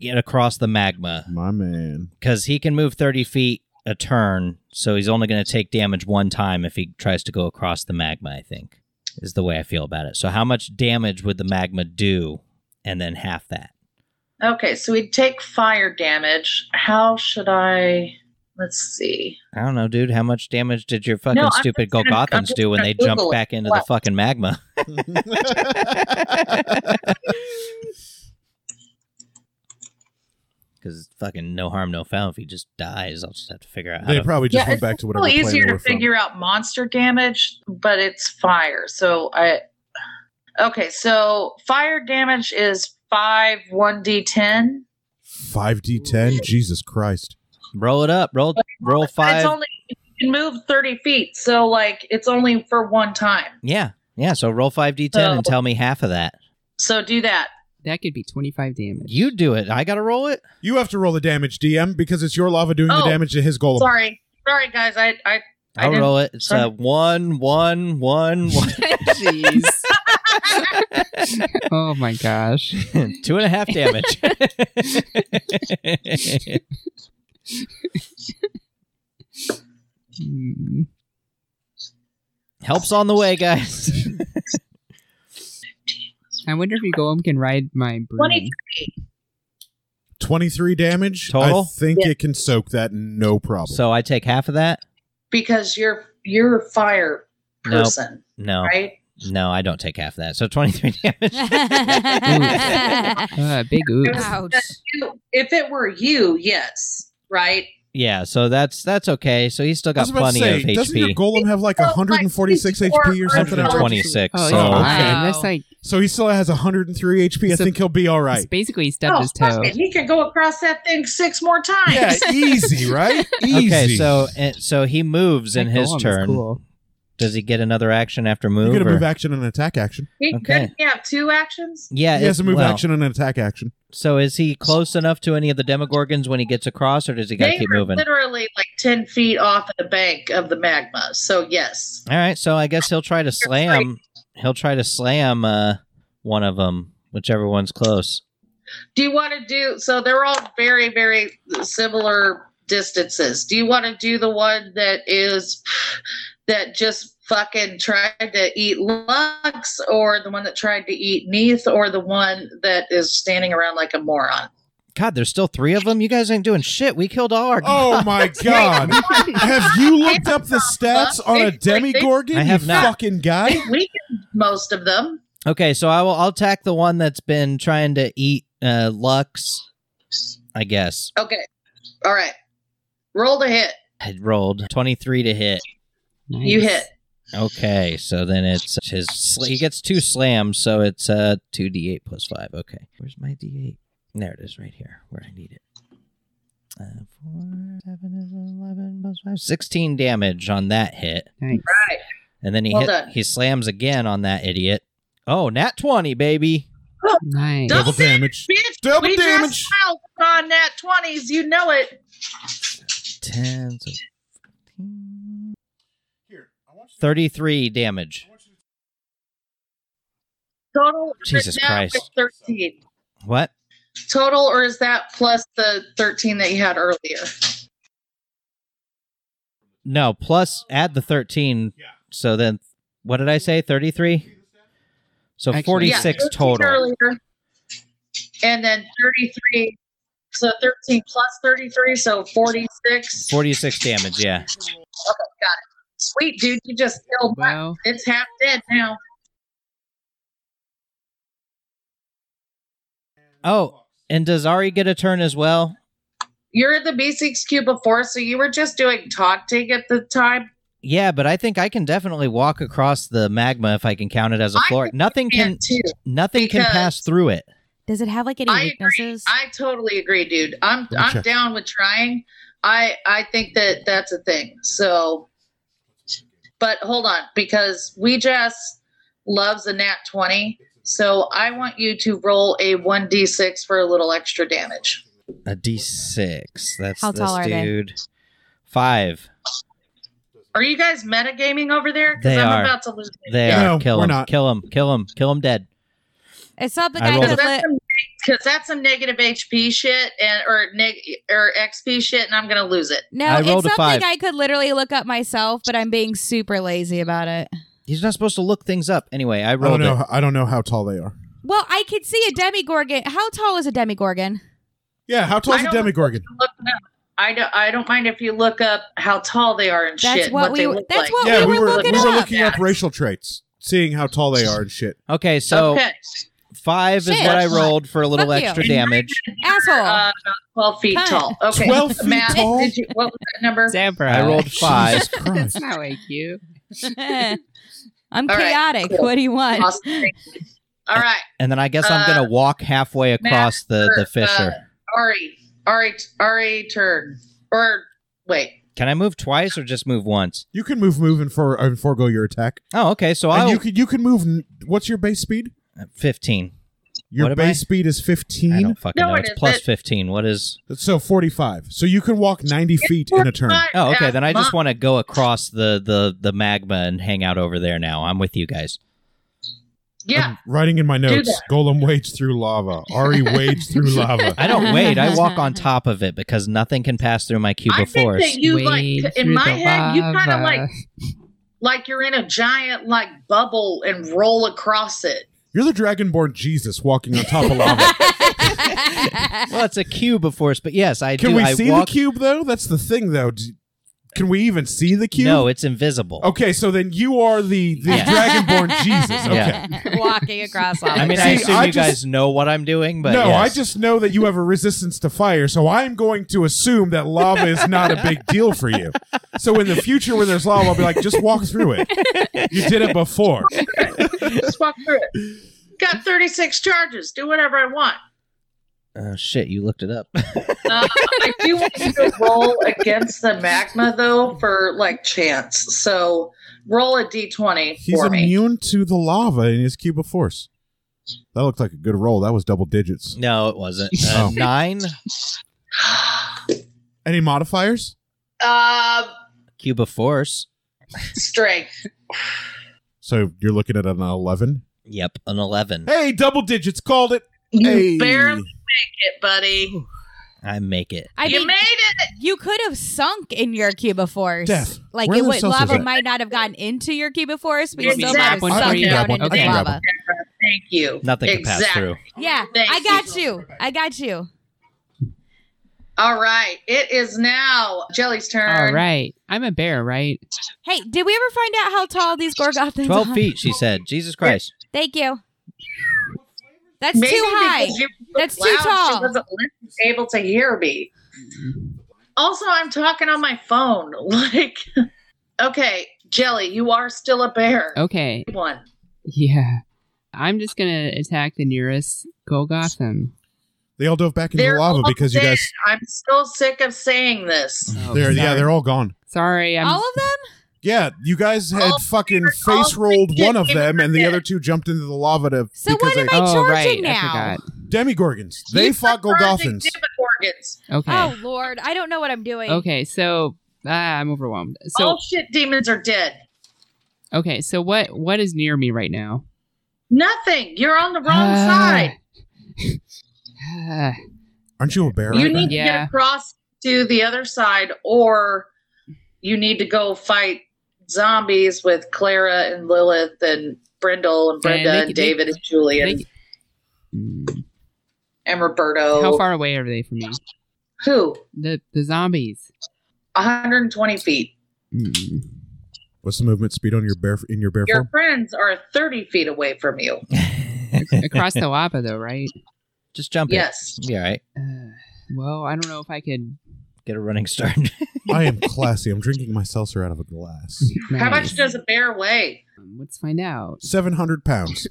Speaker 3: get across the magma
Speaker 2: My man.
Speaker 3: because he can move 30 feet a turn, so he's only going to take damage one time if he tries to go across the magma. I think is the way I feel about it. So how much damage would the magma do, and then half that?
Speaker 6: Okay, so we take fire damage. How should I let's see.
Speaker 3: I don't know, dude. How much damage did your fucking
Speaker 6: No, I'm
Speaker 3: stupid
Speaker 6: just gonna- I'm
Speaker 3: Golgothans
Speaker 6: just
Speaker 3: do when
Speaker 6: gonna
Speaker 3: they jumped
Speaker 6: Google it.
Speaker 3: back into the
Speaker 6: What?
Speaker 3: fucking magma? Because fucking no harm, no foul. If he just dies, I'll just have to figure out how
Speaker 2: They
Speaker 3: to.
Speaker 2: probably just
Speaker 6: Yeah,
Speaker 2: went back to
Speaker 6: A
Speaker 2: whatever
Speaker 6: little
Speaker 2: plane
Speaker 6: easier
Speaker 2: they
Speaker 6: to
Speaker 2: were from.
Speaker 6: figure out monster damage, but it's fire. So I okay. So fire damage is five one d ten.
Speaker 2: Five d ten. Jesus Christ.
Speaker 3: roll it up. Roll roll
Speaker 6: It's
Speaker 3: five.
Speaker 6: only you can move thirty feet, so like it's only for one time.
Speaker 3: yeah, yeah. So roll five d10 and
Speaker 6: So-
Speaker 3: tell me half of that.
Speaker 6: So do that.
Speaker 4: That could be 25 damage.
Speaker 3: You do it. I gotta roll it.
Speaker 2: You have to roll the damage, DM, because it's your lava doing the
Speaker 6: Oh,
Speaker 2: damage to his golem.
Speaker 6: Sorry, sorry guys. I I I
Speaker 3: I'll
Speaker 6: didn't-
Speaker 3: roll it. It's
Speaker 6: sorry.
Speaker 3: uh, one, one, one, one.
Speaker 4: Jeez. oh my gosh.
Speaker 3: Two and a half damage.
Speaker 4: Hmm.
Speaker 3: Helps on the way, guys.
Speaker 4: I wonder if your golem can ride my broom.
Speaker 6: 23.
Speaker 2: Twenty three damage
Speaker 3: Total?
Speaker 2: I think
Speaker 6: Yeah.
Speaker 2: it can soak that, no problem.
Speaker 3: so I take half of that.
Speaker 6: because you're you're a fire
Speaker 3: Nope.
Speaker 6: person,
Speaker 3: No,
Speaker 6: right?
Speaker 3: no, I don't take half that. So twenty three damage.
Speaker 5: Ouch.
Speaker 4: Uh, big oops.
Speaker 6: You- If it were you, yes, right.
Speaker 3: yeah, so that's that's okay. So he's still
Speaker 2: I
Speaker 3: got
Speaker 2: was about to
Speaker 3: plenty
Speaker 2: say,
Speaker 3: of
Speaker 2: doesn't your
Speaker 3: HP.
Speaker 2: golem have like
Speaker 6: Oh, like
Speaker 2: 146 HP or something? I don't know.
Speaker 3: 126.
Speaker 4: Oh,
Speaker 3: so
Speaker 4: he's fine.
Speaker 5: okay.
Speaker 4: That's like
Speaker 2: So he still has 103 HP. I
Speaker 4: So-
Speaker 2: think he'll be all
Speaker 4: it's
Speaker 2: right.
Speaker 4: basically he stubbed his
Speaker 6: Oh, fuck
Speaker 4: toe.
Speaker 6: it, He can go across that thing six more times.
Speaker 2: Yeah, easy, right? Easy.
Speaker 3: okay, so and, so he moves in
Speaker 4: That
Speaker 3: his
Speaker 4: golem is
Speaker 3: turn.
Speaker 4: cool.
Speaker 3: Does he get another action after
Speaker 2: you
Speaker 3: move?
Speaker 2: get a
Speaker 3: or-
Speaker 2: move action and an attack action.
Speaker 6: He
Speaker 3: Okay.
Speaker 6: couldn't he have two actions.
Speaker 3: Yeah,
Speaker 2: He has
Speaker 3: it-
Speaker 2: a move
Speaker 3: well,
Speaker 2: action and an attack action.
Speaker 3: So is he close enough to any of the Demogorgons when he gets across, or does he got to
Speaker 6: They
Speaker 3: keep
Speaker 6: are
Speaker 3: moving?
Speaker 6: literally like ten feet off of the bank of the magma. So yes,
Speaker 3: All right, so I guess he'll try to slam. He'll try to slam uh, one of them, whichever one's close.
Speaker 6: do you want to do? So they're all very very similar distances. Do you want to do the one that is that just fucking tried to eat Lux, or the one that tried to eat Neath, or the one that is standing around like a moron?
Speaker 3: God, there's still three of them. You guys ain't doing shit. We killed all our.
Speaker 2: Oh my god. have you looked up the stats on a demigorgon,
Speaker 3: I have
Speaker 2: you
Speaker 3: not.
Speaker 2: fucking guy?
Speaker 6: We can most of them.
Speaker 3: Okay, so I will. I'll attack the one that's been trying to eat uh, Lux. I guess
Speaker 6: Okay, all right. Roll to hit.
Speaker 3: I rolled twenty three to hit.
Speaker 4: Nice.
Speaker 6: You hit.
Speaker 3: Okay, so then it's his. Sl- he gets two slams, so it's uh two d eight plus five. Okay, where's my d eight? There it is, right here, where I need it. Uh, four, seven is eleven plus five. Sixteen damage on that hit,
Speaker 4: Nice.
Speaker 3: and then he
Speaker 6: Well
Speaker 3: hit.
Speaker 6: done.
Speaker 3: He slams again on that idiot. Oh, nat twenty, baby.
Speaker 4: Nice.
Speaker 2: Double
Speaker 6: Double
Speaker 2: damage.
Speaker 6: Bitch,
Speaker 2: Double
Speaker 6: we
Speaker 2: damage.
Speaker 6: just smiled on that 20s. You know it.
Speaker 3: Ten. So 15. 33 damage.
Speaker 6: Total. or
Speaker 3: Jesus
Speaker 6: now
Speaker 3: Christ.
Speaker 6: it's Thirteen
Speaker 3: What?
Speaker 6: total, or is that plus the thirteen that you had earlier?
Speaker 3: No, plus add the 13. So then, what did I say? 33? So
Speaker 4: Actually-
Speaker 3: 46
Speaker 6: 13
Speaker 3: total.
Speaker 6: Earlier, and then thirty-three. So thirteen plus thirty-three, so forty-six.
Speaker 3: 46 damage, yeah.
Speaker 6: Sweet dude, you just killed. Wow.
Speaker 4: Well,
Speaker 6: It's half dead now.
Speaker 3: Oh, and does Ari get a turn as well?
Speaker 6: You're at the B6Q before, so you were just doing taunting at the time.
Speaker 3: Yeah, but I think I can definitely walk across the magma if I can count it as a
Speaker 6: I
Speaker 3: floor.
Speaker 6: think
Speaker 3: Nothing can
Speaker 6: And too.
Speaker 3: nothing can
Speaker 6: because-
Speaker 3: pass through it.
Speaker 5: Does it have like any
Speaker 6: I agree.
Speaker 5: weaknesses?
Speaker 6: I totally agree, dude. I'm
Speaker 2: me
Speaker 6: I'm
Speaker 2: check.
Speaker 6: down with trying. I I think that that's a thing. So, but hold on because we just loves a nat twenty. So I want you to roll a one d six for a little extra damage.
Speaker 3: A d6. That's
Speaker 5: How
Speaker 3: this
Speaker 5: tall are they?
Speaker 3: dude. 5.
Speaker 6: Are you guys metagaming over there? Because
Speaker 3: They
Speaker 6: I'm
Speaker 3: are.
Speaker 6: about to lose. it.
Speaker 3: They
Speaker 2: No,
Speaker 3: are. Kill
Speaker 2: we're
Speaker 3: him.
Speaker 2: not.
Speaker 3: Kill him. Kill him. Kill him dead.
Speaker 5: it's not the
Speaker 3: I
Speaker 5: guy
Speaker 3: rolled
Speaker 6: Because
Speaker 5: that lit.
Speaker 6: that's, some, 'cause that's some negative HP shit and or neg or XP shit, and I'm gonna lose it.
Speaker 5: No,
Speaker 3: I
Speaker 5: it's
Speaker 3: rolled a
Speaker 5: something
Speaker 3: five.
Speaker 5: I could literally look up myself, but I'm being super lazy about it.
Speaker 3: He's not supposed to look things up. Anyway,
Speaker 2: I
Speaker 3: I
Speaker 2: don't
Speaker 3: rolled
Speaker 2: know.
Speaker 3: it.
Speaker 2: I don't know how tall they are.
Speaker 5: Well, I could see a demigorgon. How tall is a demigorgon?
Speaker 2: Yeah, how tall is
Speaker 6: I
Speaker 2: a
Speaker 6: don't-
Speaker 2: demigorgon?
Speaker 6: Look it up. I don't. I don't mind if you look up how tall they are and
Speaker 5: That's
Speaker 6: shit. and
Speaker 5: what we
Speaker 6: they
Speaker 5: were-
Speaker 6: look
Speaker 5: that's
Speaker 6: like.
Speaker 5: what
Speaker 2: yeah,
Speaker 5: we
Speaker 2: we
Speaker 5: were
Speaker 2: were we
Speaker 5: looking
Speaker 2: were
Speaker 5: up.
Speaker 2: looking up racial Oh. traits, seeing how tall they are and shit.
Speaker 3: Okay, so
Speaker 6: okay.
Speaker 3: 5 is
Speaker 5: Shit.
Speaker 3: what I rolled for a little
Speaker 5: Fuck you.
Speaker 3: extra damage.
Speaker 5: Asshole.
Speaker 6: Uh, about twelve feet
Speaker 5: Cut.
Speaker 6: tall. Okay.
Speaker 2: 12 feet
Speaker 6: Matt,
Speaker 2: tall?
Speaker 6: Did you, what was that number?
Speaker 4: Zebra.
Speaker 3: I rolled 5.
Speaker 2: Jesus
Speaker 4: That's
Speaker 2: Christ.
Speaker 4: not IQ.
Speaker 5: I'm
Speaker 6: Uh, All right,
Speaker 5: chaotic.
Speaker 6: cool.
Speaker 5: What do you want?
Speaker 6: Awesome. Thank you. All right,
Speaker 3: And then I guess I'm
Speaker 6: Uh,
Speaker 3: gonna walk halfway across the the
Speaker 6: Master,
Speaker 3: fissure.
Speaker 6: uh, Ari, Ari, Ari, turn or wait.
Speaker 3: Can I move twice or just move once?
Speaker 2: You can move, move, and for and forego your attack.
Speaker 3: Oh, okay. So
Speaker 2: and
Speaker 3: I
Speaker 2: you can you can move. n- What's your base speed?
Speaker 3: fifteen. What
Speaker 2: Your
Speaker 3: am
Speaker 2: base
Speaker 3: I?
Speaker 2: speed is
Speaker 3: I
Speaker 2: fifteen,
Speaker 3: don't fucking
Speaker 6: No,
Speaker 3: know.
Speaker 6: it
Speaker 3: It's
Speaker 6: isn't.
Speaker 3: plus fifteen. What is?
Speaker 2: so forty-five. So you can walk ninety feet in a turn.
Speaker 3: Oh,
Speaker 6: uh,
Speaker 3: okay. Then I just want to go across the the the magma and hang out over there. Now I'm with you guys.
Speaker 6: Yeah,
Speaker 2: I'm writing in my notes.
Speaker 6: that.
Speaker 2: Golem wades through lava. Ari wades through lava.
Speaker 3: I don't wait. I walk on top of it because nothing can pass through my
Speaker 6: I
Speaker 3: cubic
Speaker 6: think
Speaker 3: force.
Speaker 6: that you
Speaker 4: Wade
Speaker 6: like in
Speaker 4: through
Speaker 6: my
Speaker 4: the
Speaker 6: head you kind of
Speaker 4: lava.
Speaker 6: like like you're in a giant like bubble and roll across it.
Speaker 2: You're the dragonborn Jesus walking on top of lava.
Speaker 3: Well, it's a cube of force, but yes, I
Speaker 2: Can
Speaker 3: do.
Speaker 2: we
Speaker 3: I
Speaker 2: see
Speaker 3: walk.
Speaker 2: the cube though? That's the thing though. D- Can we even see the cube?
Speaker 3: No, it's invisible.
Speaker 2: Okay, so then you are the the
Speaker 3: Yeah.
Speaker 2: dragonborn Jesus. Okay.
Speaker 3: Yeah.
Speaker 5: Walking across all
Speaker 3: I mean,
Speaker 2: See,
Speaker 3: I assume
Speaker 2: I
Speaker 3: you
Speaker 2: just-
Speaker 3: guys know what I'm doing, but
Speaker 2: no,
Speaker 3: yes.
Speaker 2: I just know that you have a resistance to fire, so I'm going to assume that lava is not a big deal for you. So in the future, when there's lava, I'll be like, just walk through it. You did it before.
Speaker 6: Just walk through it. Got 36 charges. Do whatever I want.
Speaker 3: Oh shit! You looked it up.
Speaker 6: Uh, I do want you to roll against the magma though for like chance. So roll a d20
Speaker 2: He's
Speaker 6: for me.
Speaker 2: immune to the lava in his cube of force. That looked like a good roll. That was double digits.
Speaker 3: no, it wasn't. Uh,
Speaker 2: Oh.
Speaker 3: Nine
Speaker 2: Any modifiers?
Speaker 6: Uh,
Speaker 3: cube of force.
Speaker 6: strength.
Speaker 2: So you're looking at an 11.
Speaker 3: Yep, an eleven.
Speaker 2: Hey, double digits. Called it.
Speaker 6: You
Speaker 2: Hey.
Speaker 6: barely make it, buddy.
Speaker 3: I make it.
Speaker 5: I
Speaker 6: you
Speaker 5: mean,
Speaker 6: made it.
Speaker 5: you could have sunk in your cuba force.
Speaker 2: Death.
Speaker 5: Like
Speaker 2: Where
Speaker 5: it
Speaker 2: are
Speaker 5: would
Speaker 2: those saucers
Speaker 5: lava
Speaker 2: at?
Speaker 5: might not have gotten into your cuba force, but you still might have
Speaker 6: Exactly.
Speaker 5: sunk
Speaker 4: I
Speaker 5: down
Speaker 4: can
Speaker 2: grab one.
Speaker 5: into
Speaker 4: I
Speaker 5: the
Speaker 4: can
Speaker 2: grab
Speaker 5: lava.
Speaker 6: Thank you.
Speaker 3: Nothing
Speaker 6: exactly.
Speaker 3: can pass through.
Speaker 5: Yeah,
Speaker 6: Thank
Speaker 5: I got you. I got you.
Speaker 6: All right. It is now Jelly's turn.
Speaker 4: All right. I'm a bear, right?
Speaker 5: Hey, did we ever find out how tall these gorgothins are?
Speaker 3: Twelve feet, she said. Jesus Christ.
Speaker 5: Thank you. That's
Speaker 6: Maybe
Speaker 5: too high.
Speaker 6: because you were
Speaker 5: That's too
Speaker 6: loud,
Speaker 5: tall.
Speaker 6: She wasn't listening- able to hear me. Also, I'm talking on my phone. Like, okay, Jelly, you are still a bear.
Speaker 4: Okay.
Speaker 6: One.
Speaker 4: Yeah. I'm just going to attack the nearest Golgotham.
Speaker 2: They all dove back into
Speaker 6: They're
Speaker 2: the lava
Speaker 6: all
Speaker 2: because you guys.
Speaker 6: I'm still sick of saying this.
Speaker 4: Oh,
Speaker 2: They're, yeah,
Speaker 4: sorry.
Speaker 2: they're all gone.
Speaker 4: Sorry. I'm
Speaker 5: All of them?
Speaker 2: Yeah, you guys had
Speaker 6: All
Speaker 2: fucking
Speaker 6: all
Speaker 2: face rolled
Speaker 6: freaking
Speaker 2: one of them, and the
Speaker 6: dead.
Speaker 2: other two jumped into the lava to.
Speaker 5: So
Speaker 2: because
Speaker 5: what am
Speaker 2: they-
Speaker 5: I
Speaker 4: oh,
Speaker 5: charging
Speaker 4: right.
Speaker 5: now?
Speaker 4: I forgot.
Speaker 2: Demigorgons. They
Speaker 6: You
Speaker 2: fought
Speaker 6: prefer the
Speaker 2: Golgothans.
Speaker 6: demogorgons.
Speaker 4: Okay.
Speaker 5: Oh Lord, I don't know what I'm doing.
Speaker 4: Okay, so ah, I'm overwhelmed. So
Speaker 6: All shit demons are dead.
Speaker 4: Okay, so what what is near me right now?
Speaker 6: Nothing. You're on the wrong
Speaker 4: Ah.
Speaker 6: side.
Speaker 4: Ah,
Speaker 2: Aren't you a bear?
Speaker 6: You
Speaker 2: right
Speaker 6: need
Speaker 2: now?
Speaker 6: to
Speaker 4: Yeah.
Speaker 6: get across to the other side, or you need to go fight zombies with Clara and Lilith and Brindle and Brenda
Speaker 4: they-
Speaker 6: and
Speaker 4: they-
Speaker 6: David and Julian
Speaker 4: they- Mm.
Speaker 6: and Roberto.
Speaker 4: How far away are they from me?
Speaker 6: Who?
Speaker 4: The the zombies.
Speaker 6: 120 feet.
Speaker 4: Mm.
Speaker 2: What's the movement speed on your bear in your bear
Speaker 6: Your
Speaker 2: form?
Speaker 6: friends are 30 feet away from you.
Speaker 4: Across the Wapa though, right?
Speaker 3: Just jump it.
Speaker 6: Yes.
Speaker 3: Yeah, all right.
Speaker 4: Uh, well, I don't know if I could.
Speaker 3: Get a running start.
Speaker 2: I am classy. I'm drinking my seltzer out of a glass.
Speaker 6: How much
Speaker 4: Nice.
Speaker 6: does a bear weigh?
Speaker 4: Um, Let's find out.
Speaker 2: Seven hundred pounds.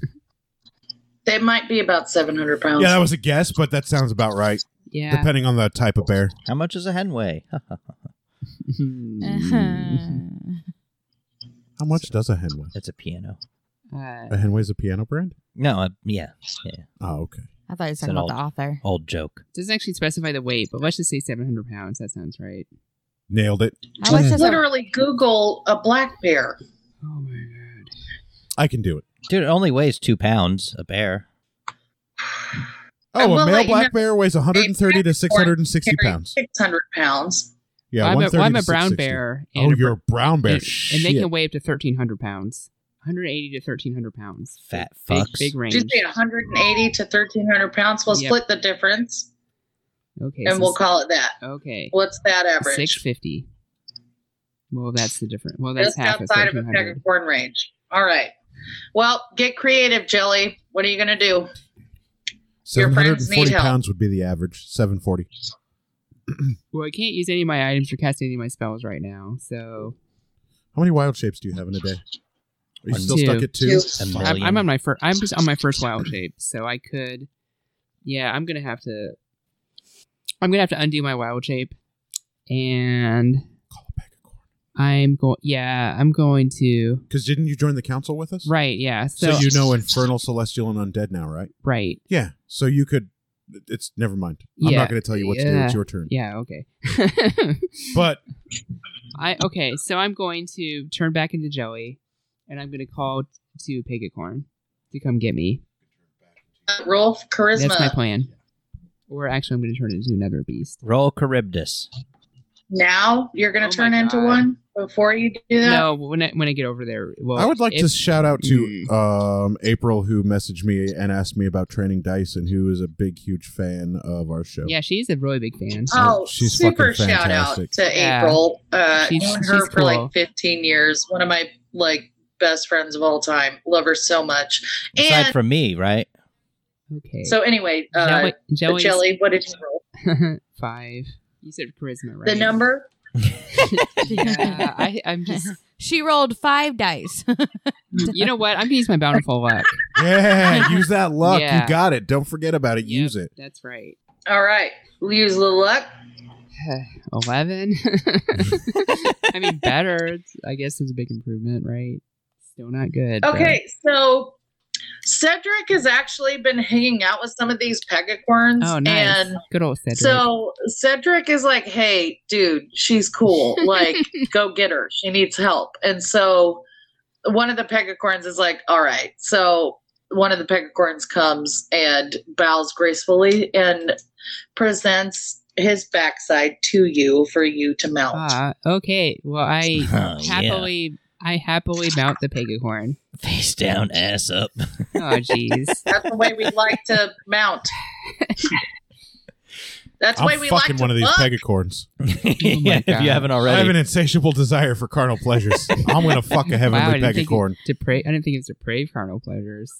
Speaker 6: They might be about 700 pounds.
Speaker 2: Yeah, that was a guess, but that sounds about right.
Speaker 4: Yeah.
Speaker 2: Depending on the type of bear.
Speaker 3: How much is a hen weigh?
Speaker 4: Mm.
Speaker 2: How much does a hen weigh?
Speaker 3: That's a piano.
Speaker 2: A
Speaker 4: uh,
Speaker 2: hen weighs a piano brand?
Speaker 3: No, uh, yeah, yeah.
Speaker 2: Oh, okay.
Speaker 5: I thought you were
Speaker 3: an
Speaker 5: talking about
Speaker 3: old-
Speaker 5: the author.
Speaker 3: Old joke.
Speaker 4: doesn't actually specify the weight, but let's just say 700 pounds. That sounds right.
Speaker 2: Nailed it.
Speaker 5: I was just
Speaker 6: Literally Google a black bear.
Speaker 4: Oh my god.
Speaker 2: I can do it.
Speaker 3: Dude, it only weighs two pounds. A bear.
Speaker 6: I
Speaker 2: Oh,
Speaker 6: will
Speaker 2: a male
Speaker 6: let you
Speaker 2: black bear weighs 130 to 660
Speaker 6: Carry
Speaker 2: pounds.
Speaker 6: 600 pounds.
Speaker 2: Yeah,
Speaker 4: I'm, a,
Speaker 2: 130
Speaker 4: well, I'm
Speaker 2: to
Speaker 4: a brown
Speaker 2: 660.
Speaker 4: bear.
Speaker 2: Oh,
Speaker 4: a
Speaker 2: you're a brown bear.
Speaker 4: And, and they
Speaker 2: Shit.
Speaker 4: can weigh up to 1,300 pounds. 180 to 1,300 pounds.
Speaker 3: Fat
Speaker 4: Big,
Speaker 3: fucks.
Speaker 4: Big, range.
Speaker 6: Did you say 180 to 1,300 pounds? We'll
Speaker 4: Yep.
Speaker 6: split the difference
Speaker 4: Okay.
Speaker 6: and
Speaker 4: so
Speaker 6: we'll call it that.
Speaker 4: Okay.
Speaker 6: What's that average?
Speaker 4: 650. Well, that's the difference. Well, that's
Speaker 6: Just
Speaker 4: half of
Speaker 6: outside of a
Speaker 4: 1,300.
Speaker 6: peggercorn range. All right. Well, get creative, Jelly. What are you going to do? your friends need
Speaker 2: 740
Speaker 6: help.
Speaker 2: pounds would be the average. 740.
Speaker 4: Well, I can't use any of my items or cast any of my spells right now. So
Speaker 2: How many wild shapes do you have in a day? Are you
Speaker 3: One.
Speaker 2: still
Speaker 4: Two.
Speaker 2: stuck at two?
Speaker 6: Two.
Speaker 3: A
Speaker 4: I'm,
Speaker 3: million.
Speaker 4: I'm on my first. I'm just on my first wild shape. So I could. Yeah, I'm gonna have to. I'm gonna have to undo my wild shape, and
Speaker 2: Call a peggercorn.
Speaker 4: I'm going. Yeah, I'm going to.
Speaker 2: Because didn't you join the council with us?
Speaker 4: Right. Yeah.
Speaker 2: So,
Speaker 4: So,
Speaker 2: you know Infernal, Celestial, and Undead now, right?
Speaker 4: right.
Speaker 2: Yeah. So you could. It's never mind. I'm
Speaker 4: Yeah.
Speaker 2: not going to tell you what to do.
Speaker 4: Yeah.
Speaker 2: It's your turn.
Speaker 4: Yeah. Okay.
Speaker 2: But
Speaker 4: I okay. So I'm going to turn back into jelly, and I'm going to call to Pegacorn to come get me.
Speaker 6: Uh, Roll charisma.
Speaker 4: That's my plan. Or actually, I'm going to turn into another beast.
Speaker 3: Roll Charybdis.
Speaker 6: Now you're going
Speaker 4: Oh
Speaker 6: to
Speaker 4: my
Speaker 6: turn into
Speaker 4: God.
Speaker 6: one before you do that?
Speaker 4: No, when I, when I get over there, well,
Speaker 2: I would like to
Speaker 4: if-
Speaker 2: shout out to um, April, who messaged me and asked me about training dice, and who is a big, huge fan of our show.
Speaker 4: Yeah, she's a really big fan.
Speaker 6: Oh,
Speaker 2: She's
Speaker 6: super
Speaker 2: fucking
Speaker 6: shout out
Speaker 2: fantastic.
Speaker 6: to
Speaker 4: Yeah.
Speaker 6: April. Uh,
Speaker 4: She's-
Speaker 6: known her
Speaker 4: she's
Speaker 6: for
Speaker 4: cool.
Speaker 6: like 15 years. One of my like best friends of all time. Love her so much.
Speaker 3: Aside
Speaker 6: And
Speaker 3: from me, right?
Speaker 4: Okay.
Speaker 6: so anyway, uh,
Speaker 4: Jelly, Jelly's-
Speaker 6: Jelly, what did you roll?
Speaker 4: five. You said charisma, right?
Speaker 6: The number?
Speaker 4: Yeah, I, I'm just.
Speaker 5: she rolled five dice.
Speaker 4: You know what? I'm gonna use my bountiful luck.
Speaker 2: Yeah, use that luck.
Speaker 4: Yeah.
Speaker 2: You got it. Don't forget about it.
Speaker 4: Yep,
Speaker 2: Use it.
Speaker 4: That's right.
Speaker 6: All right. We'll use a little luck.
Speaker 4: Eleven. I mean, better. It's- I guess it's a big improvement, right? Still not good. but-
Speaker 6: Okay, so Cedric has actually been hanging out with some of these pegacorns.
Speaker 4: Oh, nice.
Speaker 6: And
Speaker 4: Good old Cedric.
Speaker 6: so Cedric is like, hey, dude, she's cool. Like, go get her. She needs help. And so one of the pegacorns is like, all right. So one of the pegacorns comes and bows gracefully and presents his backside to you for you to mount.
Speaker 4: Ah, okay. Well, I
Speaker 3: Oh, yeah.
Speaker 4: happily, I happily mount the pegacorn.
Speaker 3: Face down, ass up.
Speaker 4: Oh, jeez.
Speaker 6: That's the way we like to mount. That's the way
Speaker 2: I'm
Speaker 6: we
Speaker 2: fucking
Speaker 6: like
Speaker 2: one
Speaker 6: to
Speaker 2: of these
Speaker 6: fuck.
Speaker 2: pegacorns.
Speaker 4: my
Speaker 3: if you
Speaker 4: God.
Speaker 3: haven't
Speaker 2: I have
Speaker 3: already.
Speaker 2: an insatiable desire for carnal pleasures. I'm going to fuck a
Speaker 4: Wow, I
Speaker 2: heavenly
Speaker 4: didn't think it-
Speaker 2: pegacorn.
Speaker 4: Depra- I didn't think it was depraved carnal pleasures.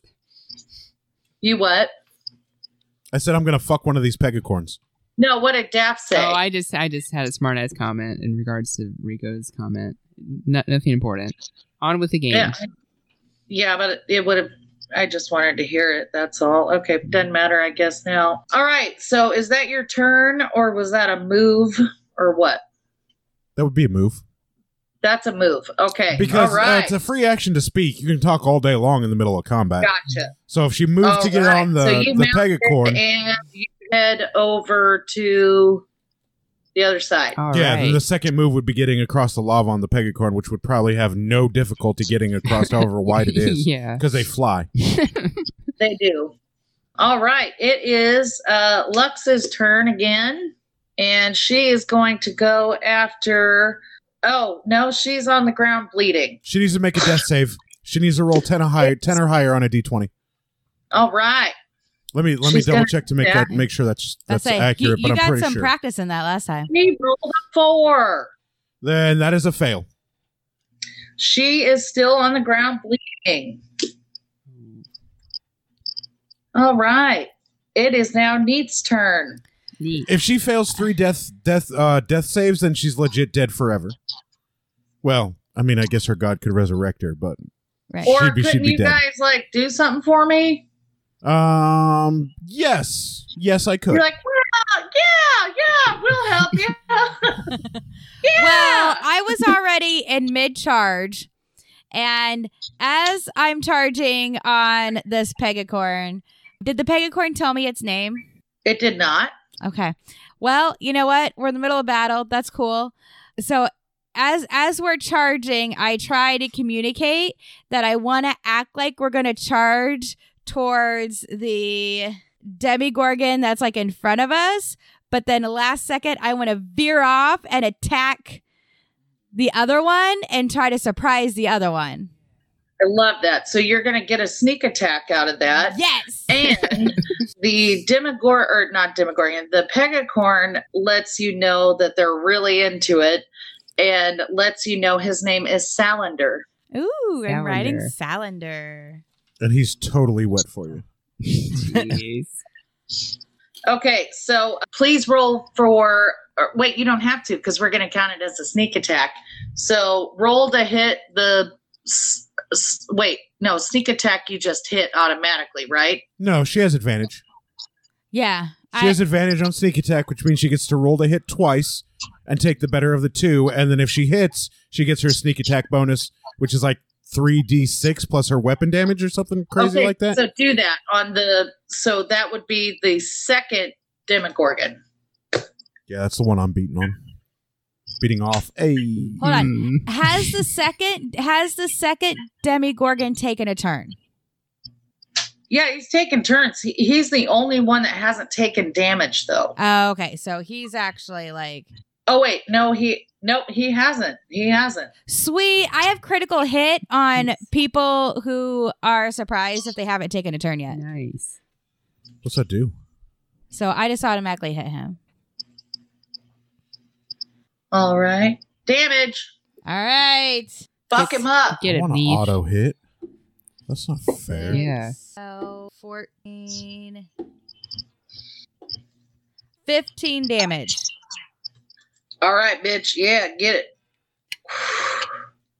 Speaker 6: you what?
Speaker 2: I said I'm going to fuck one of these pegacorns.
Speaker 6: No, what did Daff say?
Speaker 4: So Oh, I just, I just had a smart ass comment in regards to Rico's comment. No, nothing important. On with the game.
Speaker 6: yeah. yeah, but it would have. I just wanted to hear it. That's all. Okay, doesn't matter. I guess now. All right. So is that your turn, or was that a move, or what?
Speaker 2: That would be a move.
Speaker 6: That's a move. Okay.
Speaker 2: Because
Speaker 6: all
Speaker 2: uh,
Speaker 6: right.
Speaker 2: it's a free action to speak. You can talk all day long in the middle of combat.
Speaker 6: gotcha.
Speaker 2: So if she moves
Speaker 6: All
Speaker 2: to get
Speaker 6: right,
Speaker 2: on the,
Speaker 6: so you
Speaker 2: the
Speaker 6: mounted
Speaker 2: pegacorn,
Speaker 6: And you head over to the other side.
Speaker 4: All
Speaker 2: yeah,
Speaker 4: right.
Speaker 2: the second move would be getting across the lava on the pegacorn, which would probably have no difficulty getting across however wide it is
Speaker 4: yeah.
Speaker 2: because they fly.
Speaker 6: They do. All right. It is uh, Lux's turn again, and she is going to go after. Oh no, she's on the ground bleeding.
Speaker 2: She needs to make a death save. She needs to roll ten or higher, ten or higher on a d twenty.
Speaker 6: All right.
Speaker 2: Let me let
Speaker 6: She's
Speaker 2: me double
Speaker 6: gonna-
Speaker 2: check to make
Speaker 6: yeah.
Speaker 2: that make sure that's
Speaker 5: That's
Speaker 2: that's
Speaker 5: like,
Speaker 2: accurate.
Speaker 5: You, you
Speaker 2: but I'm
Speaker 5: got
Speaker 2: pretty
Speaker 5: some
Speaker 2: sure.
Speaker 5: practice in that last time.
Speaker 6: She rolled a four.
Speaker 2: then that is a fail.
Speaker 6: She is still on the ground bleeding. All right. It is now Neat's turn.
Speaker 4: Neat.
Speaker 2: If she fails three death death uh, death saves, then she's legit dead forever. Well, I mean, I guess her god could resurrect her, but
Speaker 5: Right.
Speaker 6: Or
Speaker 2: She'd be- she'd
Speaker 6: couldn't
Speaker 2: be
Speaker 6: you
Speaker 2: dead.
Speaker 6: guys like do something for me?
Speaker 2: um, yes, yes, I could.
Speaker 6: You're like, well, yeah, yeah, we'll help you. yeah.
Speaker 5: Well, I was already in mid charge. And as I'm charging on this pegacorn, did the pegacorn tell me its name?
Speaker 6: it did not.
Speaker 5: Okay. Well, you know what? We're in the middle of battle. That's cool. So as as we're charging, I try to communicate that I want to act like we're going to charge towards the demigorgon that's like in front of us, but then last second I want to veer off and attack the other one and try to surprise the other one.
Speaker 6: I love that. So you're going to get a sneak attack out of that.
Speaker 5: Yes.
Speaker 6: And the Demogorgon, or not Demogorgon, the Pegacorn lets you know that they're really into it and lets you know his name is Salander.
Speaker 5: Ooh, I'm writing Salander.
Speaker 2: and he's totally wet for you.
Speaker 4: Jeez.
Speaker 6: Okay, so please roll for. Or wait, you don't have to because we're going to count it as a sneak attack. So roll to hit the. S- s- wait, no, sneak attack you just hit automatically, right?
Speaker 2: No, she has advantage.
Speaker 5: Yeah.
Speaker 2: She
Speaker 5: I-
Speaker 2: has advantage on sneak attack, which means she gets to roll to hit twice and take the better of the two. And then if she hits, she gets her sneak attack bonus, which is like 3d6 plus her weapon damage or something crazy
Speaker 6: okay,
Speaker 2: like that.
Speaker 6: So do that on the. So that would be the second Demogorgon.
Speaker 2: yeah, that's the one I'm beating on. Beating off. Hey.
Speaker 5: Hold on.
Speaker 4: Hmm.
Speaker 5: has the second has the second demigorgon taken a turn
Speaker 6: Yeah, he's taking turns. He, he's the only one that hasn't taken damage, though.
Speaker 5: oh, okay so he's actually like
Speaker 6: Oh wait, no, he no, he hasn't. He hasn't.
Speaker 5: sweet i have critical hit on people who are surprised if they haven't taken a turn yet
Speaker 4: Nice.
Speaker 2: What's that do?
Speaker 5: so i just automatically hit him
Speaker 6: All right, damage.
Speaker 5: all right
Speaker 6: Fuck him up.
Speaker 4: Get
Speaker 2: I
Speaker 4: it,
Speaker 2: want an
Speaker 4: Neith.
Speaker 2: auto hit. That's not fair.
Speaker 4: Yeah.
Speaker 5: so 14 15 damage
Speaker 6: All right, bitch. Yeah, get it.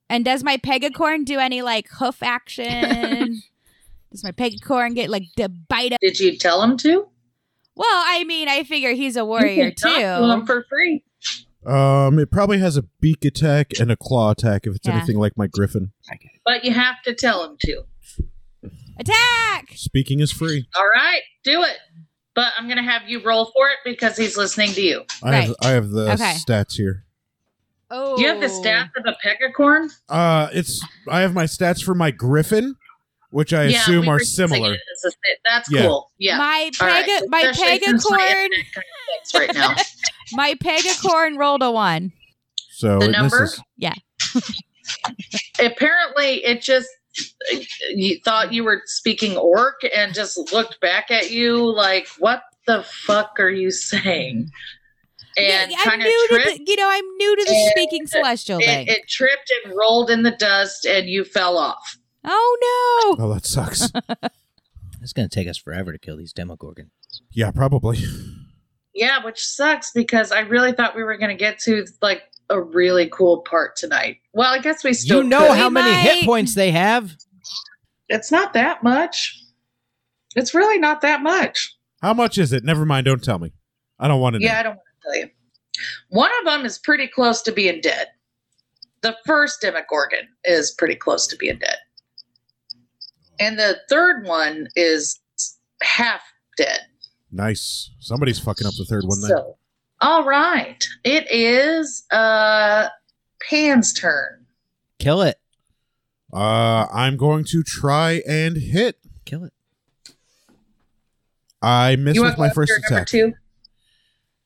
Speaker 5: and does my pegacorn do any like hoof action does my pegacorn get like the bite up
Speaker 6: Did you tell him to?
Speaker 5: Well, I mean, I figure he's a
Speaker 6: You
Speaker 5: warrior
Speaker 6: can talk to him
Speaker 5: too.
Speaker 6: for free.
Speaker 2: Um, it probably has a beak attack and a claw attack if it's
Speaker 5: Yeah.
Speaker 2: anything like my griffin.
Speaker 6: But you have to tell him to.
Speaker 5: Attack!
Speaker 2: Speaking is free.
Speaker 6: All right, do it. But I'm gonna have you roll for it because he's listening to you.
Speaker 2: I have
Speaker 5: Right.
Speaker 2: I have the
Speaker 5: Okay.
Speaker 2: stats here.
Speaker 5: Oh,
Speaker 6: Do you have the stats of a pegacorn?
Speaker 2: Uh, it's I have my stats for my Griffin, which I assume
Speaker 6: we
Speaker 2: are
Speaker 6: were using
Speaker 2: similar.
Speaker 6: it as a fit. That's
Speaker 2: Yeah.
Speaker 6: cool. Yeah.
Speaker 5: My
Speaker 6: All right.
Speaker 5: pega, my
Speaker 6: Especially since my
Speaker 5: pegacorn,
Speaker 6: internet connection's Right now.
Speaker 5: my pegacorn rolled a one.
Speaker 2: So
Speaker 6: The
Speaker 2: it
Speaker 6: number?
Speaker 2: misses.
Speaker 6: Apparently, it just you thought you were speaking orc and just looked back at you like, "What the fuck are you saying?" And
Speaker 5: Yeah,
Speaker 6: kind
Speaker 5: I'm
Speaker 6: of
Speaker 5: new to
Speaker 6: tripped
Speaker 5: the, Oh, you know, I'm new to the
Speaker 6: And
Speaker 5: speaking celestial thing.
Speaker 6: it, it tripped and rolled in the dust and you fell off
Speaker 5: oh no!
Speaker 2: Oh, that sucks.
Speaker 3: It's gonna take us forever to kill these Demogorgon.
Speaker 2: yeah, probably.
Speaker 6: yeah which sucks because i really thought we were going to get to like a really cool part tonight well i guess we still
Speaker 3: You know
Speaker 6: could.
Speaker 3: how many hit
Speaker 5: might-
Speaker 3: points they have?
Speaker 6: it's not that much it's really not that much
Speaker 2: How much is it? Never mind. Don't tell me. I don't want to
Speaker 6: yeah i don't want to tell you one of them is pretty close to being dead the first demogorgon is pretty close to being dead and the third one is half dead
Speaker 2: know. Nice. Somebody's fucking up the third one. Then.
Speaker 6: So, All right. It is uh Pan's turn.
Speaker 3: Kill it.
Speaker 2: Uh, I'm going to try and hit.
Speaker 3: Kill it.
Speaker 2: I missed
Speaker 6: you
Speaker 2: with
Speaker 6: wanna
Speaker 2: my
Speaker 6: go
Speaker 2: first
Speaker 6: after number
Speaker 2: attack.
Speaker 6: two?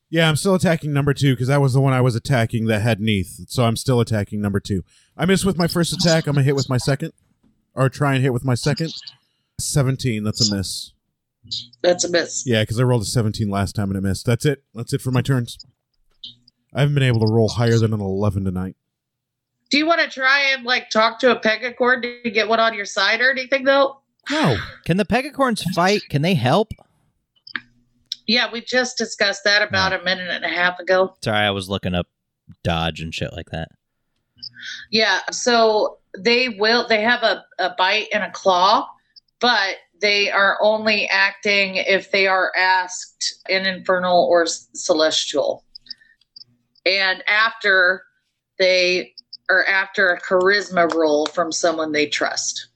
Speaker 2: Yeah, I'm still attacking number two because that was the one I was attacking that had Neath. So I'm still attacking number two. I missed with my first attack. I'm going to hit with my second. Or try and hit with my second. 17. That's a miss.
Speaker 6: That's a miss.
Speaker 2: Yeah, because I rolled a 17 last time and it missed. That's it. That's it for my turns. I haven't been able to roll higher than an 11 tonight.
Speaker 6: Do you want to try and like talk to a pegacord to get one on your side or anything though?
Speaker 2: No.
Speaker 3: Can the pegacorns fight? Can they help?
Speaker 6: Yeah, we just discussed that about a minute and a half ago.
Speaker 3: Sorry, I was looking up dodge and shit like that.
Speaker 6: Yeah, so they will they have a, a bite and a claw, but they are only acting if they are asked in infernal or s- celestial. And after they or after a charisma roll from someone they trust.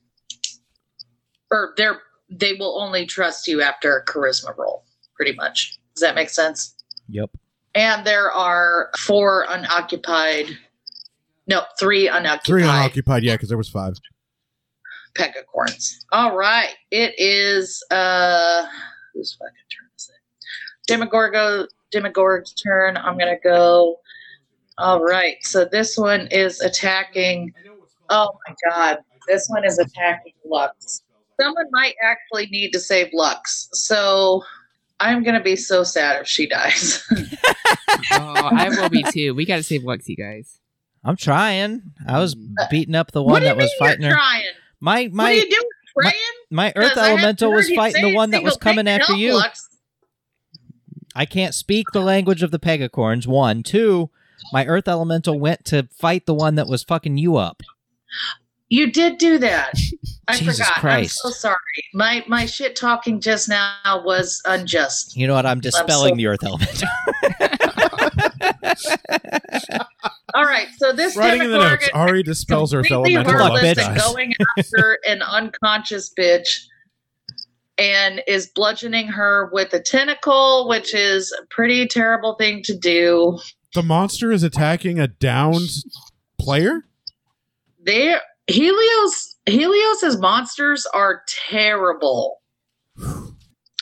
Speaker 6: Or they're they will only trust you after a charisma roll, pretty much. Does that make sense?
Speaker 3: Yep.
Speaker 6: And there are four unoccupied, no, three unoccupied,
Speaker 2: Three unoccupied. Yeah, because there was five.
Speaker 6: pegacorns. All right. It is, uh, whose fucking turn is it? Demogorgo, Demogorg's turn. I'm going to go. All right. So this one is attacking. Oh my God. This one is attacking Lux. Someone might actually need to save Lux. So I'm going to be so sad if she dies.
Speaker 4: Oh, I will be too. We got to save Lux, you guys.
Speaker 3: I'm trying. I was beating up the
Speaker 6: What
Speaker 3: one
Speaker 6: do you
Speaker 3: that was
Speaker 6: mean you're
Speaker 3: fighting her.
Speaker 6: Trying?
Speaker 3: My
Speaker 6: what are
Speaker 3: my
Speaker 6: you doing?
Speaker 3: my-
Speaker 6: Praying?
Speaker 3: my earth elemental was fighting the one that was coming after you. I can't speak the language of the pegacorns. One, two. My earth elemental went to fight the one that was fucking you up.
Speaker 6: You did do that. I
Speaker 3: Jesus
Speaker 6: forgot.
Speaker 3: Christ.
Speaker 6: I'm so sorry. My my shit talking just now was unjust.
Speaker 3: You know what? I'm dispelling
Speaker 6: so-
Speaker 3: the earth elemental.
Speaker 6: All right, so this
Speaker 2: Writing in the notes,
Speaker 6: Demogorgon
Speaker 2: Ari dispels Earth
Speaker 6: completely
Speaker 2: Elemental.
Speaker 3: Good luck,
Speaker 6: heartless
Speaker 3: bitch.
Speaker 6: and going after an unconscious bitch and is bludgeoning her with a tentacle, which is a pretty terrible thing to do.
Speaker 2: The monster is attacking a downed player?
Speaker 6: There Helios Helios's monsters are terrible.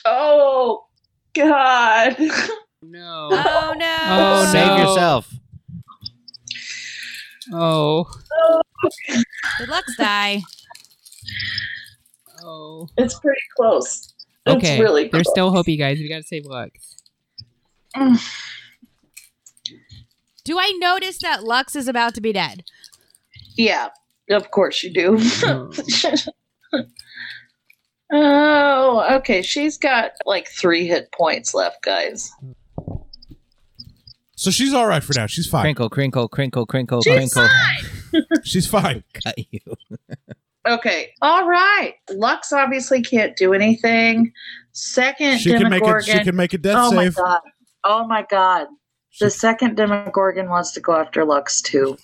Speaker 6: Oh god.
Speaker 4: No.
Speaker 5: Oh no.
Speaker 4: Oh,
Speaker 3: Save
Speaker 4: no.
Speaker 3: yourself.
Speaker 4: Oh.
Speaker 5: Did Lux die?
Speaker 4: Oh.
Speaker 6: It's pretty close.
Speaker 4: Okay.
Speaker 6: It's really close.
Speaker 4: There's still hope, you guys. We got to save Lux.
Speaker 5: Do I notice that Lux is about to be dead?
Speaker 6: Yeah, of course you do. oh, okay. She's got like three hit points left, guys.
Speaker 2: So she's all right for now. She's fine.
Speaker 3: Crinkle, crinkle, crinkle, crinkle,
Speaker 6: She's
Speaker 3: crinkle.
Speaker 2: She's fine.
Speaker 3: Got you.
Speaker 6: Okay. All right. Lux obviously can't do anything. Second
Speaker 2: She can make
Speaker 6: Demogorgon.
Speaker 2: it. She can make a death
Speaker 6: oh
Speaker 2: save.
Speaker 6: my god. Oh my god. The second Demogorgon wants to go after Lux too.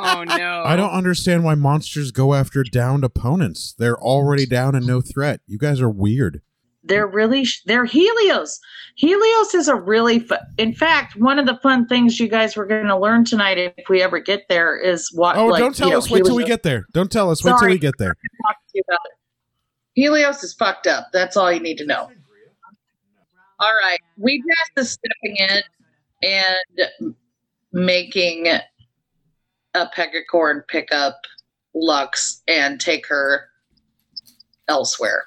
Speaker 4: oh no.
Speaker 2: I don't understand why monsters go after downed opponents. They're already down and no threat. You guys are weird.
Speaker 6: They're really sh- they're Helios. Helios is a really fu- in fact one of the fun things you guys were going to learn tonight if we ever get there is what.
Speaker 2: Oh,
Speaker 6: Uh, like,
Speaker 2: don't tell
Speaker 6: you know,
Speaker 2: us. Wait till we
Speaker 6: Helios-
Speaker 2: get there. Don't tell us. Wait till
Speaker 6: Sorry.
Speaker 2: we get there.
Speaker 6: talk to you about it. Helios is fucked up. That's all you need to know. All right. We just is stepping in and m- making a pegacorn pick up Lux and take her elsewhere.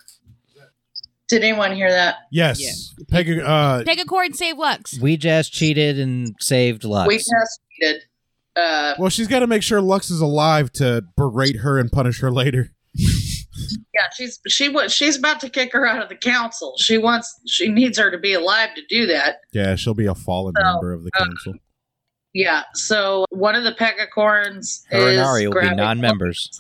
Speaker 6: Did anyone hear that?
Speaker 2: Yes. Peg, uh,
Speaker 5: Take a cord and save Lux.
Speaker 3: We just cheated and saved Lux.
Speaker 6: We just needed. Uh,
Speaker 2: well, she's got to make sure Lux is alive to berate her and punish her later.
Speaker 6: yeah, she's she was she's about to kick her out of the council. She wants she needs her to be alive to do that.
Speaker 2: Yeah, she'll be a fallen
Speaker 6: So,
Speaker 2: member of the
Speaker 6: uh,
Speaker 2: council.
Speaker 6: Yeah. So one of the pegacorns
Speaker 3: her
Speaker 6: is
Speaker 3: and Ari will be
Speaker 6: grabbing
Speaker 3: non-members.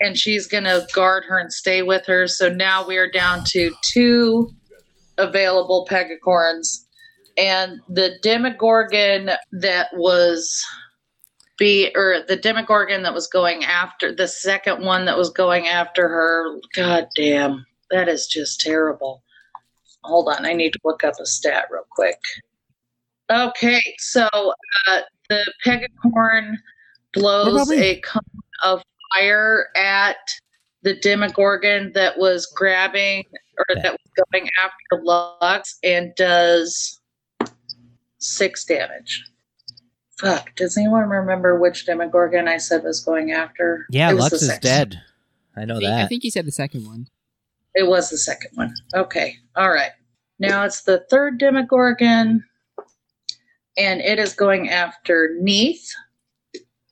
Speaker 6: and she's going to guard her and stay with her. So now we are down to two available pegacorns. And the demogorgon that was be or the demogorgon that was going after the second one that was going after her. God damn, that is just terrible. Hold on, I need to look up a stat real quick. Okay, so uh, the Pegacorn
Speaker 2: What about
Speaker 6: blows
Speaker 2: me?
Speaker 6: a cone of fire at the Demogorgon that was grabbing or
Speaker 3: That-
Speaker 6: that, was going after Lux and does six damage. Fuck, does anyone remember which Demogorgon I said was going after?
Speaker 3: Yeah,
Speaker 6: It was
Speaker 3: Lux
Speaker 6: the
Speaker 3: is
Speaker 6: sixth.
Speaker 3: dead. I know
Speaker 4: I think, I
Speaker 3: that.
Speaker 4: think you said the second one.
Speaker 6: It was the second one. Okay. All right. Now it's the third Demogorgon, and it is going after Neath,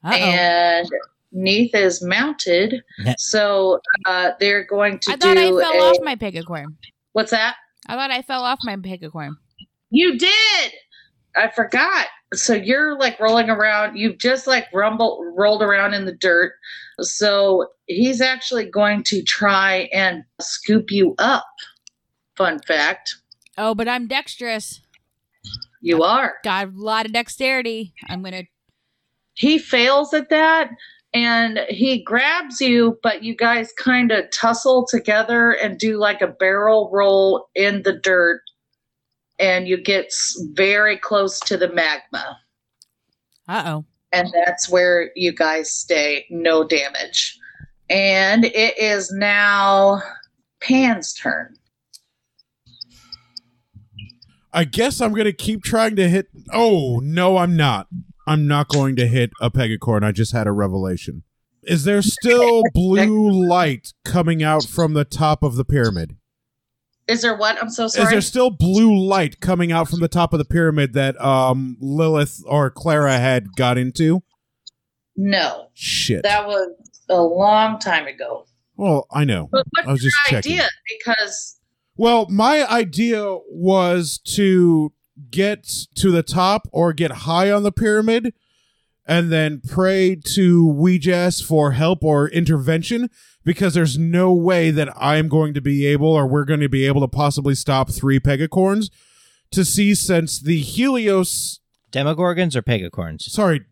Speaker 1: Uh-oh.
Speaker 6: and Neath is mounted.
Speaker 3: Yeah.
Speaker 6: So uh, they're going to
Speaker 5: I thought I
Speaker 6: do
Speaker 5: fell
Speaker 6: a-
Speaker 5: off my pigacorn.
Speaker 6: what's that?
Speaker 5: I thought I fell off my pigacorn.
Speaker 6: You did. I forgot. So you're like rolling around. You've just like rumble rolled around in the dirt. So he's actually going to try and scoop you up. Fun fact.
Speaker 5: Oh, but I'm dexterous.
Speaker 6: You are.
Speaker 5: Got a lot of dexterity. I'm gonna.
Speaker 6: he fails at that and he grabs you but you guys kind of tussle together and do like a barrel roll in the dirt and you get s- very close to the magma
Speaker 5: Uh oh.
Speaker 6: and that's where you guys stay no damage and it is now pan's turn
Speaker 2: I guess I'm gonna keep trying to hit. Oh no, I'm not. I'm not going to hit a pegacorn. I just had a revelation. Is there still blue light coming out from the top of the pyramid?
Speaker 6: is there what i'm so
Speaker 2: Is
Speaker 6: sorry
Speaker 2: there still blue light coming out from the top of the pyramid that um Lilith or Clara had got into?
Speaker 6: no
Speaker 2: Shit.
Speaker 6: that was a long time ago
Speaker 2: well, I know.
Speaker 6: but what's
Speaker 2: I was just
Speaker 6: your
Speaker 2: checking.
Speaker 6: idea because
Speaker 2: Well, my idea was to get to the top or get high on the pyramid and then pray to Ouija's for help or intervention because there's no way that I'm going to be able or we're going to be able to possibly stop three pegacorns to see since the Helios,
Speaker 3: Demogorgons or Pegacorns?
Speaker 2: sorry,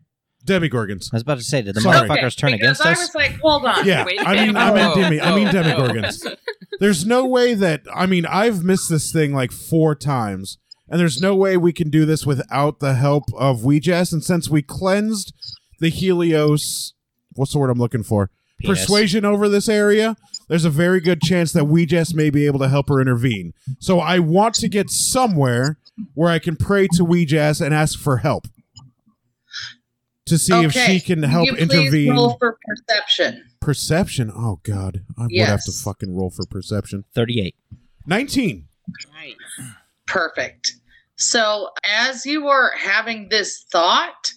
Speaker 2: demigorgons.
Speaker 3: I was about to say, did the
Speaker 2: Sorry.
Speaker 3: motherfuckers turn
Speaker 6: because
Speaker 3: against
Speaker 6: i
Speaker 3: us?
Speaker 6: was like hold on
Speaker 2: Yeah,
Speaker 4: Wait a
Speaker 2: I mean,
Speaker 4: minute.
Speaker 2: I meant
Speaker 4: Whoa,
Speaker 2: demi, I
Speaker 4: whoa,
Speaker 2: mean
Speaker 4: whoa.
Speaker 2: demigorgons. There's no way that I mean I've missed this thing like four times, and there's no way we can do this without the help of Ouija's. And since we cleansed the Helios, what's the word I'm looking for?
Speaker 3: Penis.
Speaker 2: Persuasion over this area. There's a very good chance that Ouija's may be able to help her intervene. So I want to get somewhere where I can pray to Ouija's and ask for help to see if
Speaker 6: Okay.
Speaker 2: she can help
Speaker 6: you please
Speaker 2: intervene.
Speaker 6: Roll for perception.
Speaker 2: Perception. Oh God, I would have to
Speaker 6: Yes.
Speaker 2: fucking roll for perception.
Speaker 3: 38.
Speaker 2: Nineteen.
Speaker 4: Nice.
Speaker 6: Perfect. So as you were having this thought,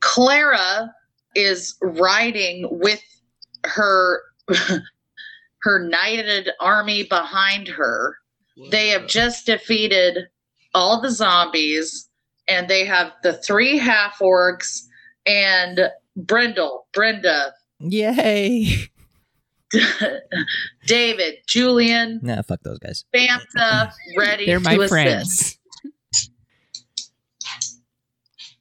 Speaker 6: Clara is riding with her her knighted army behind her. They have just defeated all the zombies, and they have the three half orcs and Brindle, Brenda,
Speaker 3: Yay.
Speaker 6: David, Julian,
Speaker 3: Nah, fuck those guys.
Speaker 6: Bantha ready
Speaker 4: They're my
Speaker 6: to
Speaker 4: friends.
Speaker 6: assist.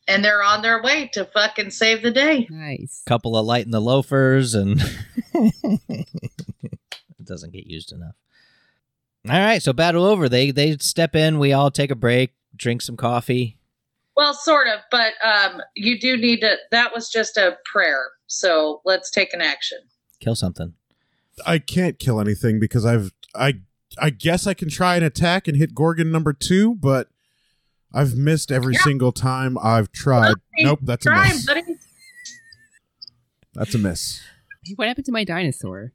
Speaker 6: And they're on their way to fucking save the day.
Speaker 4: Nice.
Speaker 3: Couple of light in the loafers and. it doesn't get used enough. All right, so battle over. They they step in. We all take a break, drink some coffee.
Speaker 6: Well, sort of, but um, you do need to. That was just a prayer. So let's take an action.
Speaker 3: kill something.
Speaker 2: I can't kill anything because I've I I guess I can try and attack and hit Gorgon number two, but I've missed every
Speaker 6: Yeah.
Speaker 2: single time I've tried.
Speaker 6: Okay,
Speaker 2: Nope, that's a
Speaker 6: Try,
Speaker 2: miss.
Speaker 6: buddy.
Speaker 2: That's a miss.
Speaker 4: What happened to my dinosaur?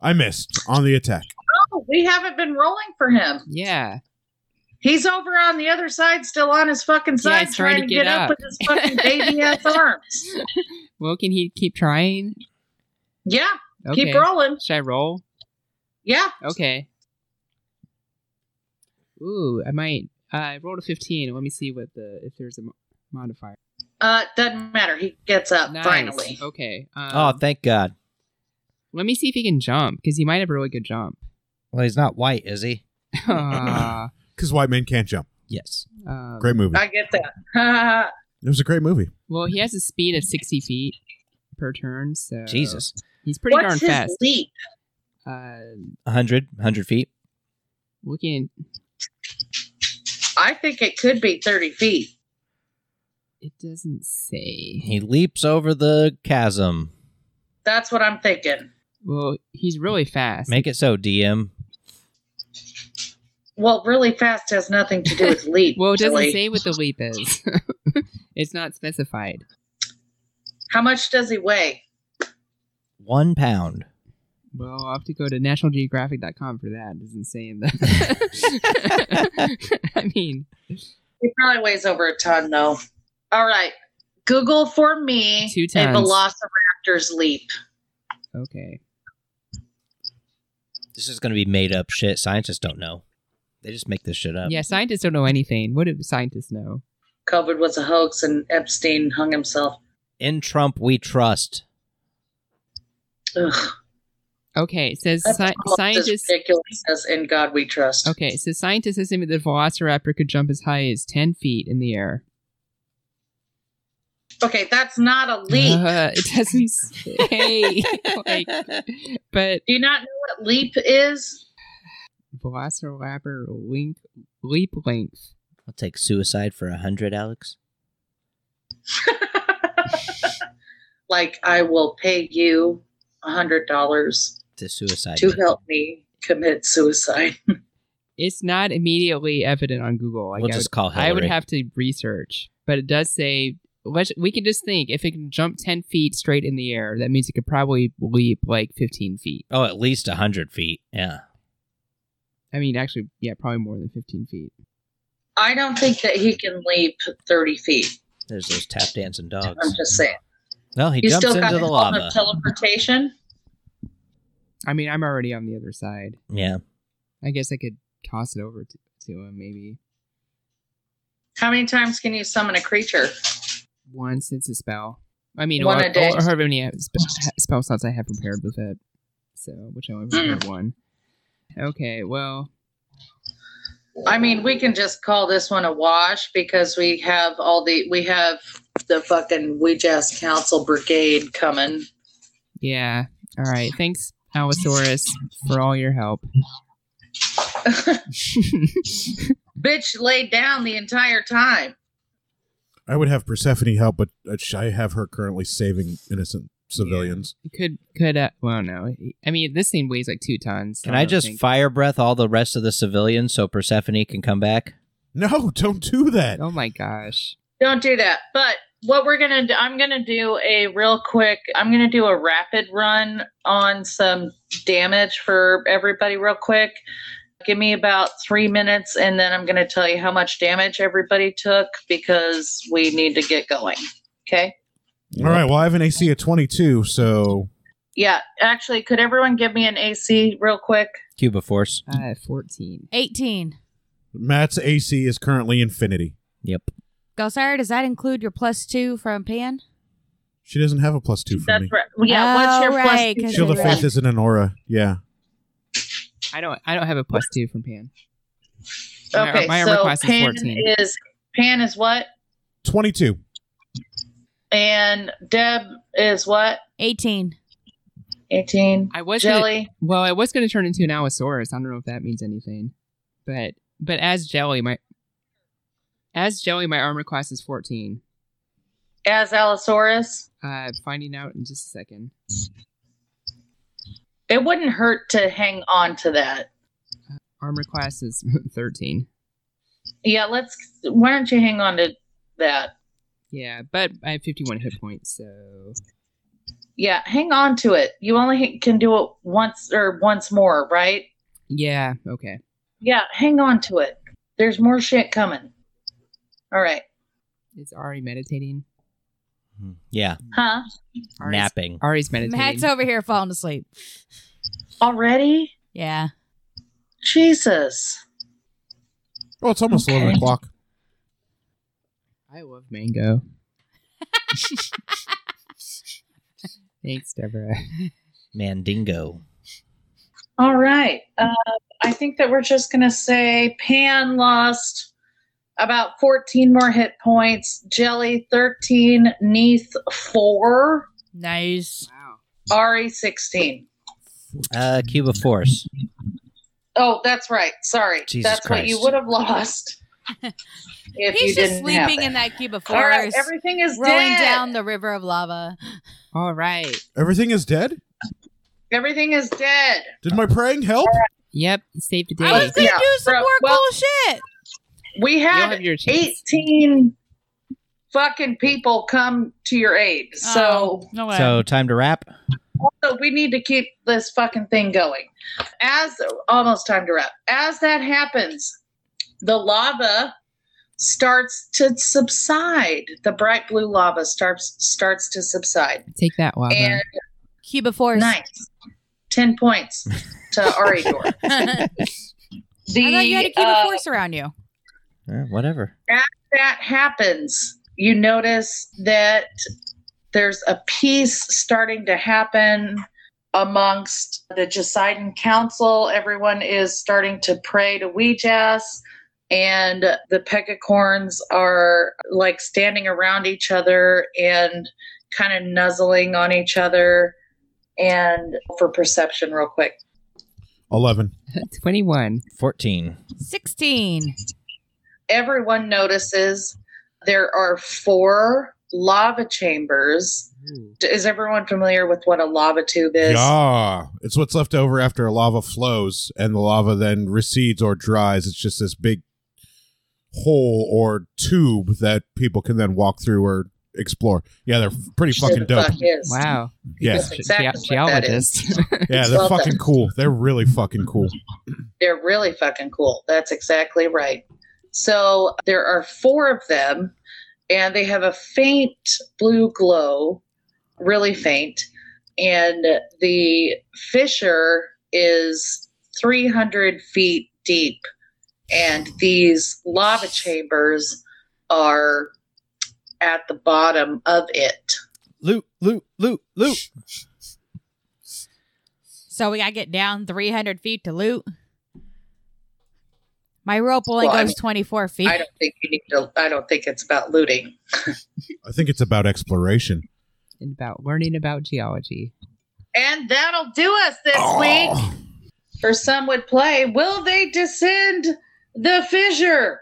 Speaker 2: I missed on the attack.
Speaker 6: Oh, we haven't been rolling for him.
Speaker 4: Yeah.
Speaker 6: He's over on the other side, still on his fucking
Speaker 4: Yeah,
Speaker 6: side,
Speaker 4: he's
Speaker 6: trying, to get, up. with his fucking baby ass arms.
Speaker 4: Well, can he keep trying?
Speaker 6: Yeah,
Speaker 4: Okay.
Speaker 6: keep rolling.
Speaker 4: Should I roll?
Speaker 6: Yeah,
Speaker 4: Okay. Ooh, I might. Uh, I rolled a fifteen. Let me see what the if there's a mo- modifier.
Speaker 6: uh, doesn't matter. He gets up
Speaker 4: Nice.
Speaker 6: finally.
Speaker 4: Okay. Um,
Speaker 3: oh, thank God.
Speaker 4: let me see if he can jump because he might have a really good jump.
Speaker 3: Well, he's not white, is he?
Speaker 4: Ah,
Speaker 2: Because white men can't jump.
Speaker 3: Yes.
Speaker 4: um,
Speaker 2: Great movie.
Speaker 6: I get that.
Speaker 2: It was a great movie.
Speaker 4: well, he has a speed of sixty feet per turn, so
Speaker 3: Jesus.
Speaker 4: he's pretty
Speaker 6: What's
Speaker 4: darn
Speaker 6: his
Speaker 4: fast.
Speaker 6: leap?
Speaker 4: Uh,
Speaker 3: 100, 100 feet.
Speaker 4: looking.
Speaker 6: I think it could be 30 feet.
Speaker 4: It doesn't say.
Speaker 3: He leaps over the chasm.
Speaker 6: That's what I'm thinking.
Speaker 4: Well, he's really fast.
Speaker 3: Make it so, DM.
Speaker 6: Well, really fast has nothing to do with leap.
Speaker 4: well, it doesn't
Speaker 6: Julie.
Speaker 4: say what the leap is. it's not specified.
Speaker 6: How much does he weigh?
Speaker 3: One pound.
Speaker 4: Well, I'll have to go to nationalgeographic.com for that. It doesn't say in the. I mean,
Speaker 6: He probably weighs over a ton, though. All right. Google for me
Speaker 4: Two
Speaker 6: a
Speaker 4: tons.
Speaker 6: velociraptor's leap.
Speaker 4: okay.
Speaker 3: This is going to be made up shit. Scientists don't know. They just make this shit up.
Speaker 4: Yeah, scientists don't know anything. What do scientists know?
Speaker 6: COVID was a hoax and Epstein hung himself.
Speaker 3: In Trump, we trust.
Speaker 6: Ugh,
Speaker 4: Okay, it says
Speaker 6: that's
Speaker 4: sci-
Speaker 6: almost as
Speaker 4: scientists.
Speaker 6: ridiculous as in God we trust.
Speaker 4: Okay, so scientists estimate the Velociraptor could jump as high as ten feet in the air.
Speaker 6: Okay, that's not a leap.
Speaker 4: Uh, it doesn't say. like, but
Speaker 6: do you not know what leap is?
Speaker 4: Velociraptor link, leap length.
Speaker 3: I'll take suicide for a hundred, Alex.
Speaker 6: like I will pay you a hundred dollars
Speaker 3: To suicide.
Speaker 6: to help me commit suicide.
Speaker 4: It's not immediately evident on Google. Like
Speaker 3: we'll
Speaker 4: I,
Speaker 3: just call
Speaker 4: would, I
Speaker 3: Hillary.
Speaker 4: would have to research, but it does say. Let's, we can just think if it can jump ten feet straight in the air, that means it could probably leap like fifteen feet.
Speaker 3: oh, at least a hundred feet. Yeah.
Speaker 4: I mean, actually, yeah, probably more than fifteen feet.
Speaker 6: I don't think that he can leap thirty feet.
Speaker 3: There's those tap dancing
Speaker 4: Oh,
Speaker 3: dogs.
Speaker 6: I'm just saying.
Speaker 3: Well, he
Speaker 6: you
Speaker 3: jumps
Speaker 6: still got
Speaker 3: into
Speaker 6: the
Speaker 3: the
Speaker 6: call
Speaker 3: lava.
Speaker 6: of teleportation.
Speaker 4: I mean, I'm already on the other side.
Speaker 3: yeah.
Speaker 4: I guess I could toss it over to, to him maybe
Speaker 6: How many times can you summon a creature?
Speaker 4: once it's a spell. I mean,
Speaker 6: One
Speaker 4: or,
Speaker 6: a day.
Speaker 4: or however many spe- spell slots I have prepared with it. So, which I only prepared one. Okay, well,
Speaker 6: I mean, we can just call this one a wash because we have all the we have the fucking We Jazz Council Brigade coming.
Speaker 4: yeah. All right. Thanks, Allosaurus, for all your help.
Speaker 6: Bitch laid down the entire time.
Speaker 2: I would have Persephone help, but uh, sh- I have her currently saving innocent civilians.
Speaker 4: could could uh, well no. I mean, this thing weighs like two tons. so
Speaker 3: Can I
Speaker 4: don't
Speaker 3: just
Speaker 4: think-
Speaker 3: fire breath all the rest of the civilians so Persephone can come back?
Speaker 2: No, don't do that.
Speaker 4: Oh my gosh.
Speaker 6: Don't do that. But what we're gonna do, I'm gonna do a real quick. I'm gonna do a rapid run on some damage for everybody real quick. Give me about three minutes, and then I'm gonna tell you how much damage everybody took because we need to get going. Okay.
Speaker 2: All right. Well, I have an AC of 22, so
Speaker 6: Yeah, actually, could everyone give me an AC real quick?
Speaker 3: Cuba Force.
Speaker 4: Uh, fourteen.
Speaker 5: 18.
Speaker 2: Matt's AC is currently infinity.
Speaker 3: Yep.
Speaker 5: Gulsara, does that include your plus two from Pan?
Speaker 2: She doesn't have a plus two for
Speaker 6: That's
Speaker 2: me.
Speaker 6: right. Yeah, what's your
Speaker 5: Oh,
Speaker 6: plus
Speaker 5: right,
Speaker 6: two?
Speaker 5: 'cause
Speaker 2: Shield of
Speaker 5: you're right.
Speaker 2: Faith isn't an aura. Yeah.
Speaker 4: I don't. I don't have a plus two from Pan. My-
Speaker 6: Okay,
Speaker 4: my armor
Speaker 6: so
Speaker 4: class is
Speaker 6: Pan
Speaker 4: 14.
Speaker 6: is Pan is what,
Speaker 2: 22.
Speaker 6: and Deb is what?
Speaker 5: 18.
Speaker 6: Eighteen.
Speaker 4: I was gonna-
Speaker 6: Jelly.
Speaker 4: Well, it was going to turn into an Allosaurus. I don't know if that means anything, but but as jelly, my as jelly, my armor class is fourteen.
Speaker 6: As Allosaurus,
Speaker 4: Uh, finding out in just a second.
Speaker 6: it wouldn't hurt to hang on to that.
Speaker 4: Armor class is thirteen.
Speaker 6: Yeah, let's. Why don't you hang on to that?
Speaker 4: Yeah, but I have fifty-one hit points, so
Speaker 6: Yeah, hang on to it. You only h- can do it once or once more, right?
Speaker 4: yeah, okay.
Speaker 6: Yeah, hang on to it. There's more shit coming. All right,
Speaker 4: It's Ari meditating.
Speaker 3: Yeah.
Speaker 6: huh?
Speaker 4: Ari's,
Speaker 3: Napping.
Speaker 4: Ari's meditating.
Speaker 5: Matt's over here falling asleep.
Speaker 6: Already?
Speaker 5: Yeah.
Speaker 6: Jesus.
Speaker 2: Oh, it's almost 11 o'clock.
Speaker 4: I love mango. Thanks, Deborah.
Speaker 3: Mandingo.
Speaker 6: All right. Uh, I think that we're just going to say Pan lost about 14 more hit points, Jelly 13, Neath 4,
Speaker 5: Nice.
Speaker 4: Wow.
Speaker 6: Ari 16.
Speaker 3: Uh, Cuba Force.
Speaker 6: Oh, that's right. Sorry.
Speaker 3: Jesus
Speaker 6: that's what you
Speaker 3: Christ.
Speaker 6: would have lost. If you
Speaker 5: He's just
Speaker 6: didn't have
Speaker 5: sleeping in that
Speaker 6: All
Speaker 5: cubiform,
Speaker 6: right, everything is
Speaker 5: rolling
Speaker 6: dead.
Speaker 5: down the river of lava.
Speaker 4: All right.
Speaker 2: Everything is dead?
Speaker 6: Everything is dead.
Speaker 2: Did my praying help?
Speaker 4: Yep. Save the
Speaker 5: I was
Speaker 4: date.
Speaker 5: gonna
Speaker 6: Yeah,
Speaker 5: do some
Speaker 6: bro,
Speaker 5: more
Speaker 6: well-
Speaker 5: cool shit.
Speaker 6: We
Speaker 4: You'll
Speaker 6: had
Speaker 4: have your chance.
Speaker 6: 18 fucking people come to your aid. So,
Speaker 5: Oh, no way.
Speaker 3: So time to wrap.
Speaker 6: so we need to keep this fucking thing going. As almost time to wrap. As that happens, the lava starts to subside. The bright blue lava starts starts to subside.
Speaker 4: Take that, Wava.
Speaker 6: And
Speaker 5: cubiforce.
Speaker 6: nice. 10 points to Aridor.
Speaker 5: I
Speaker 6: The,
Speaker 5: thought you had a
Speaker 6: uh,
Speaker 5: cubiforce around you.
Speaker 3: Eh, whatever.
Speaker 6: that happens, you notice that there's a peace starting to happen amongst the Jesiden Council. Everyone is starting to pray to Ouijas, and the Pegacorns are like standing around each other and kind of nuzzling on each other. And for perception, real quick.
Speaker 2: 11.
Speaker 4: 21.
Speaker 3: 14.
Speaker 5: Sixteen.
Speaker 6: everyone notices there are four lava chambers. D- Is everyone familiar with what a lava tube is?
Speaker 2: Yeah. It's what's left over after lava flows and the lava then recedes or dries. It's just this big hole or tube that people can then walk through or explore. Yeah, they're pretty
Speaker 6: Sure
Speaker 2: fucking
Speaker 6: the
Speaker 2: dope.
Speaker 6: fuck is.
Speaker 4: Wow.
Speaker 2: Yeah.
Speaker 6: That's exactly
Speaker 4: Ge-
Speaker 6: what that
Speaker 4: geologist.
Speaker 6: is.
Speaker 2: Yeah,
Speaker 6: Well
Speaker 2: they're
Speaker 6: done.
Speaker 2: fucking cool. They're really fucking cool.
Speaker 6: They're really fucking cool. That's exactly right. So there are four of them, and they have a faint blue glow, really faint. And the fissure is 300 feet deep. And these lava chambers are at the bottom of it.
Speaker 3: Loot, loot, loot, loot.
Speaker 5: So we gotta get down three hundred feet to loot. My rope only
Speaker 6: Well, I
Speaker 5: goes
Speaker 6: mean,
Speaker 5: twenty-four feet.
Speaker 6: I don't think you need to, I don't think it's about looting.
Speaker 2: I think it's about exploration.
Speaker 4: And about learning about geology.
Speaker 6: And that'll do us this week.
Speaker 2: Oh.
Speaker 6: or some would play, will they descend the fissure?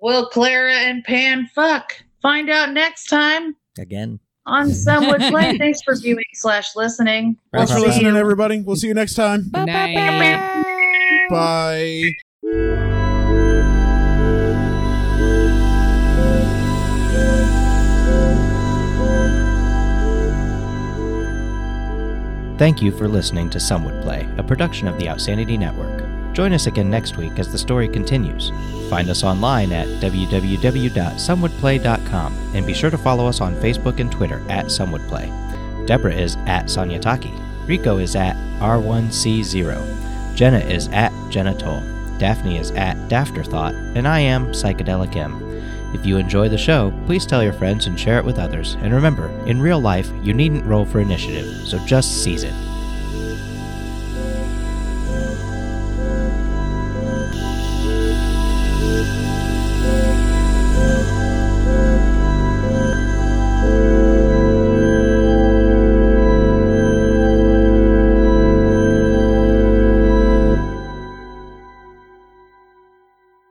Speaker 6: Will Clara and Pan fuck? Find out next time
Speaker 3: Again.
Speaker 6: on Some Would Play. Thanks for viewing slash listening. We'll
Speaker 2: Thanks for
Speaker 6: see you.
Speaker 2: listening, everybody. We'll see you next time.
Speaker 4: Nice.
Speaker 2: Bye.
Speaker 3: Thank you for listening to Some Would Play, a production of the Outsanity Network. Join us again next week as the story continues. Find us online at www.somewouldplay.com and be sure to follow us on Facebook and Twitter at Some Would Play. Deborah is at Sanyataki. Rico is at R1C0. Jenna is at Jenna Toll. Daphne is at Dafterthought. And I am Psychedelic M. If you enjoy the show, please tell your friends and share it with others. And remember, in real life, you needn't roll for initiative, so just seize it.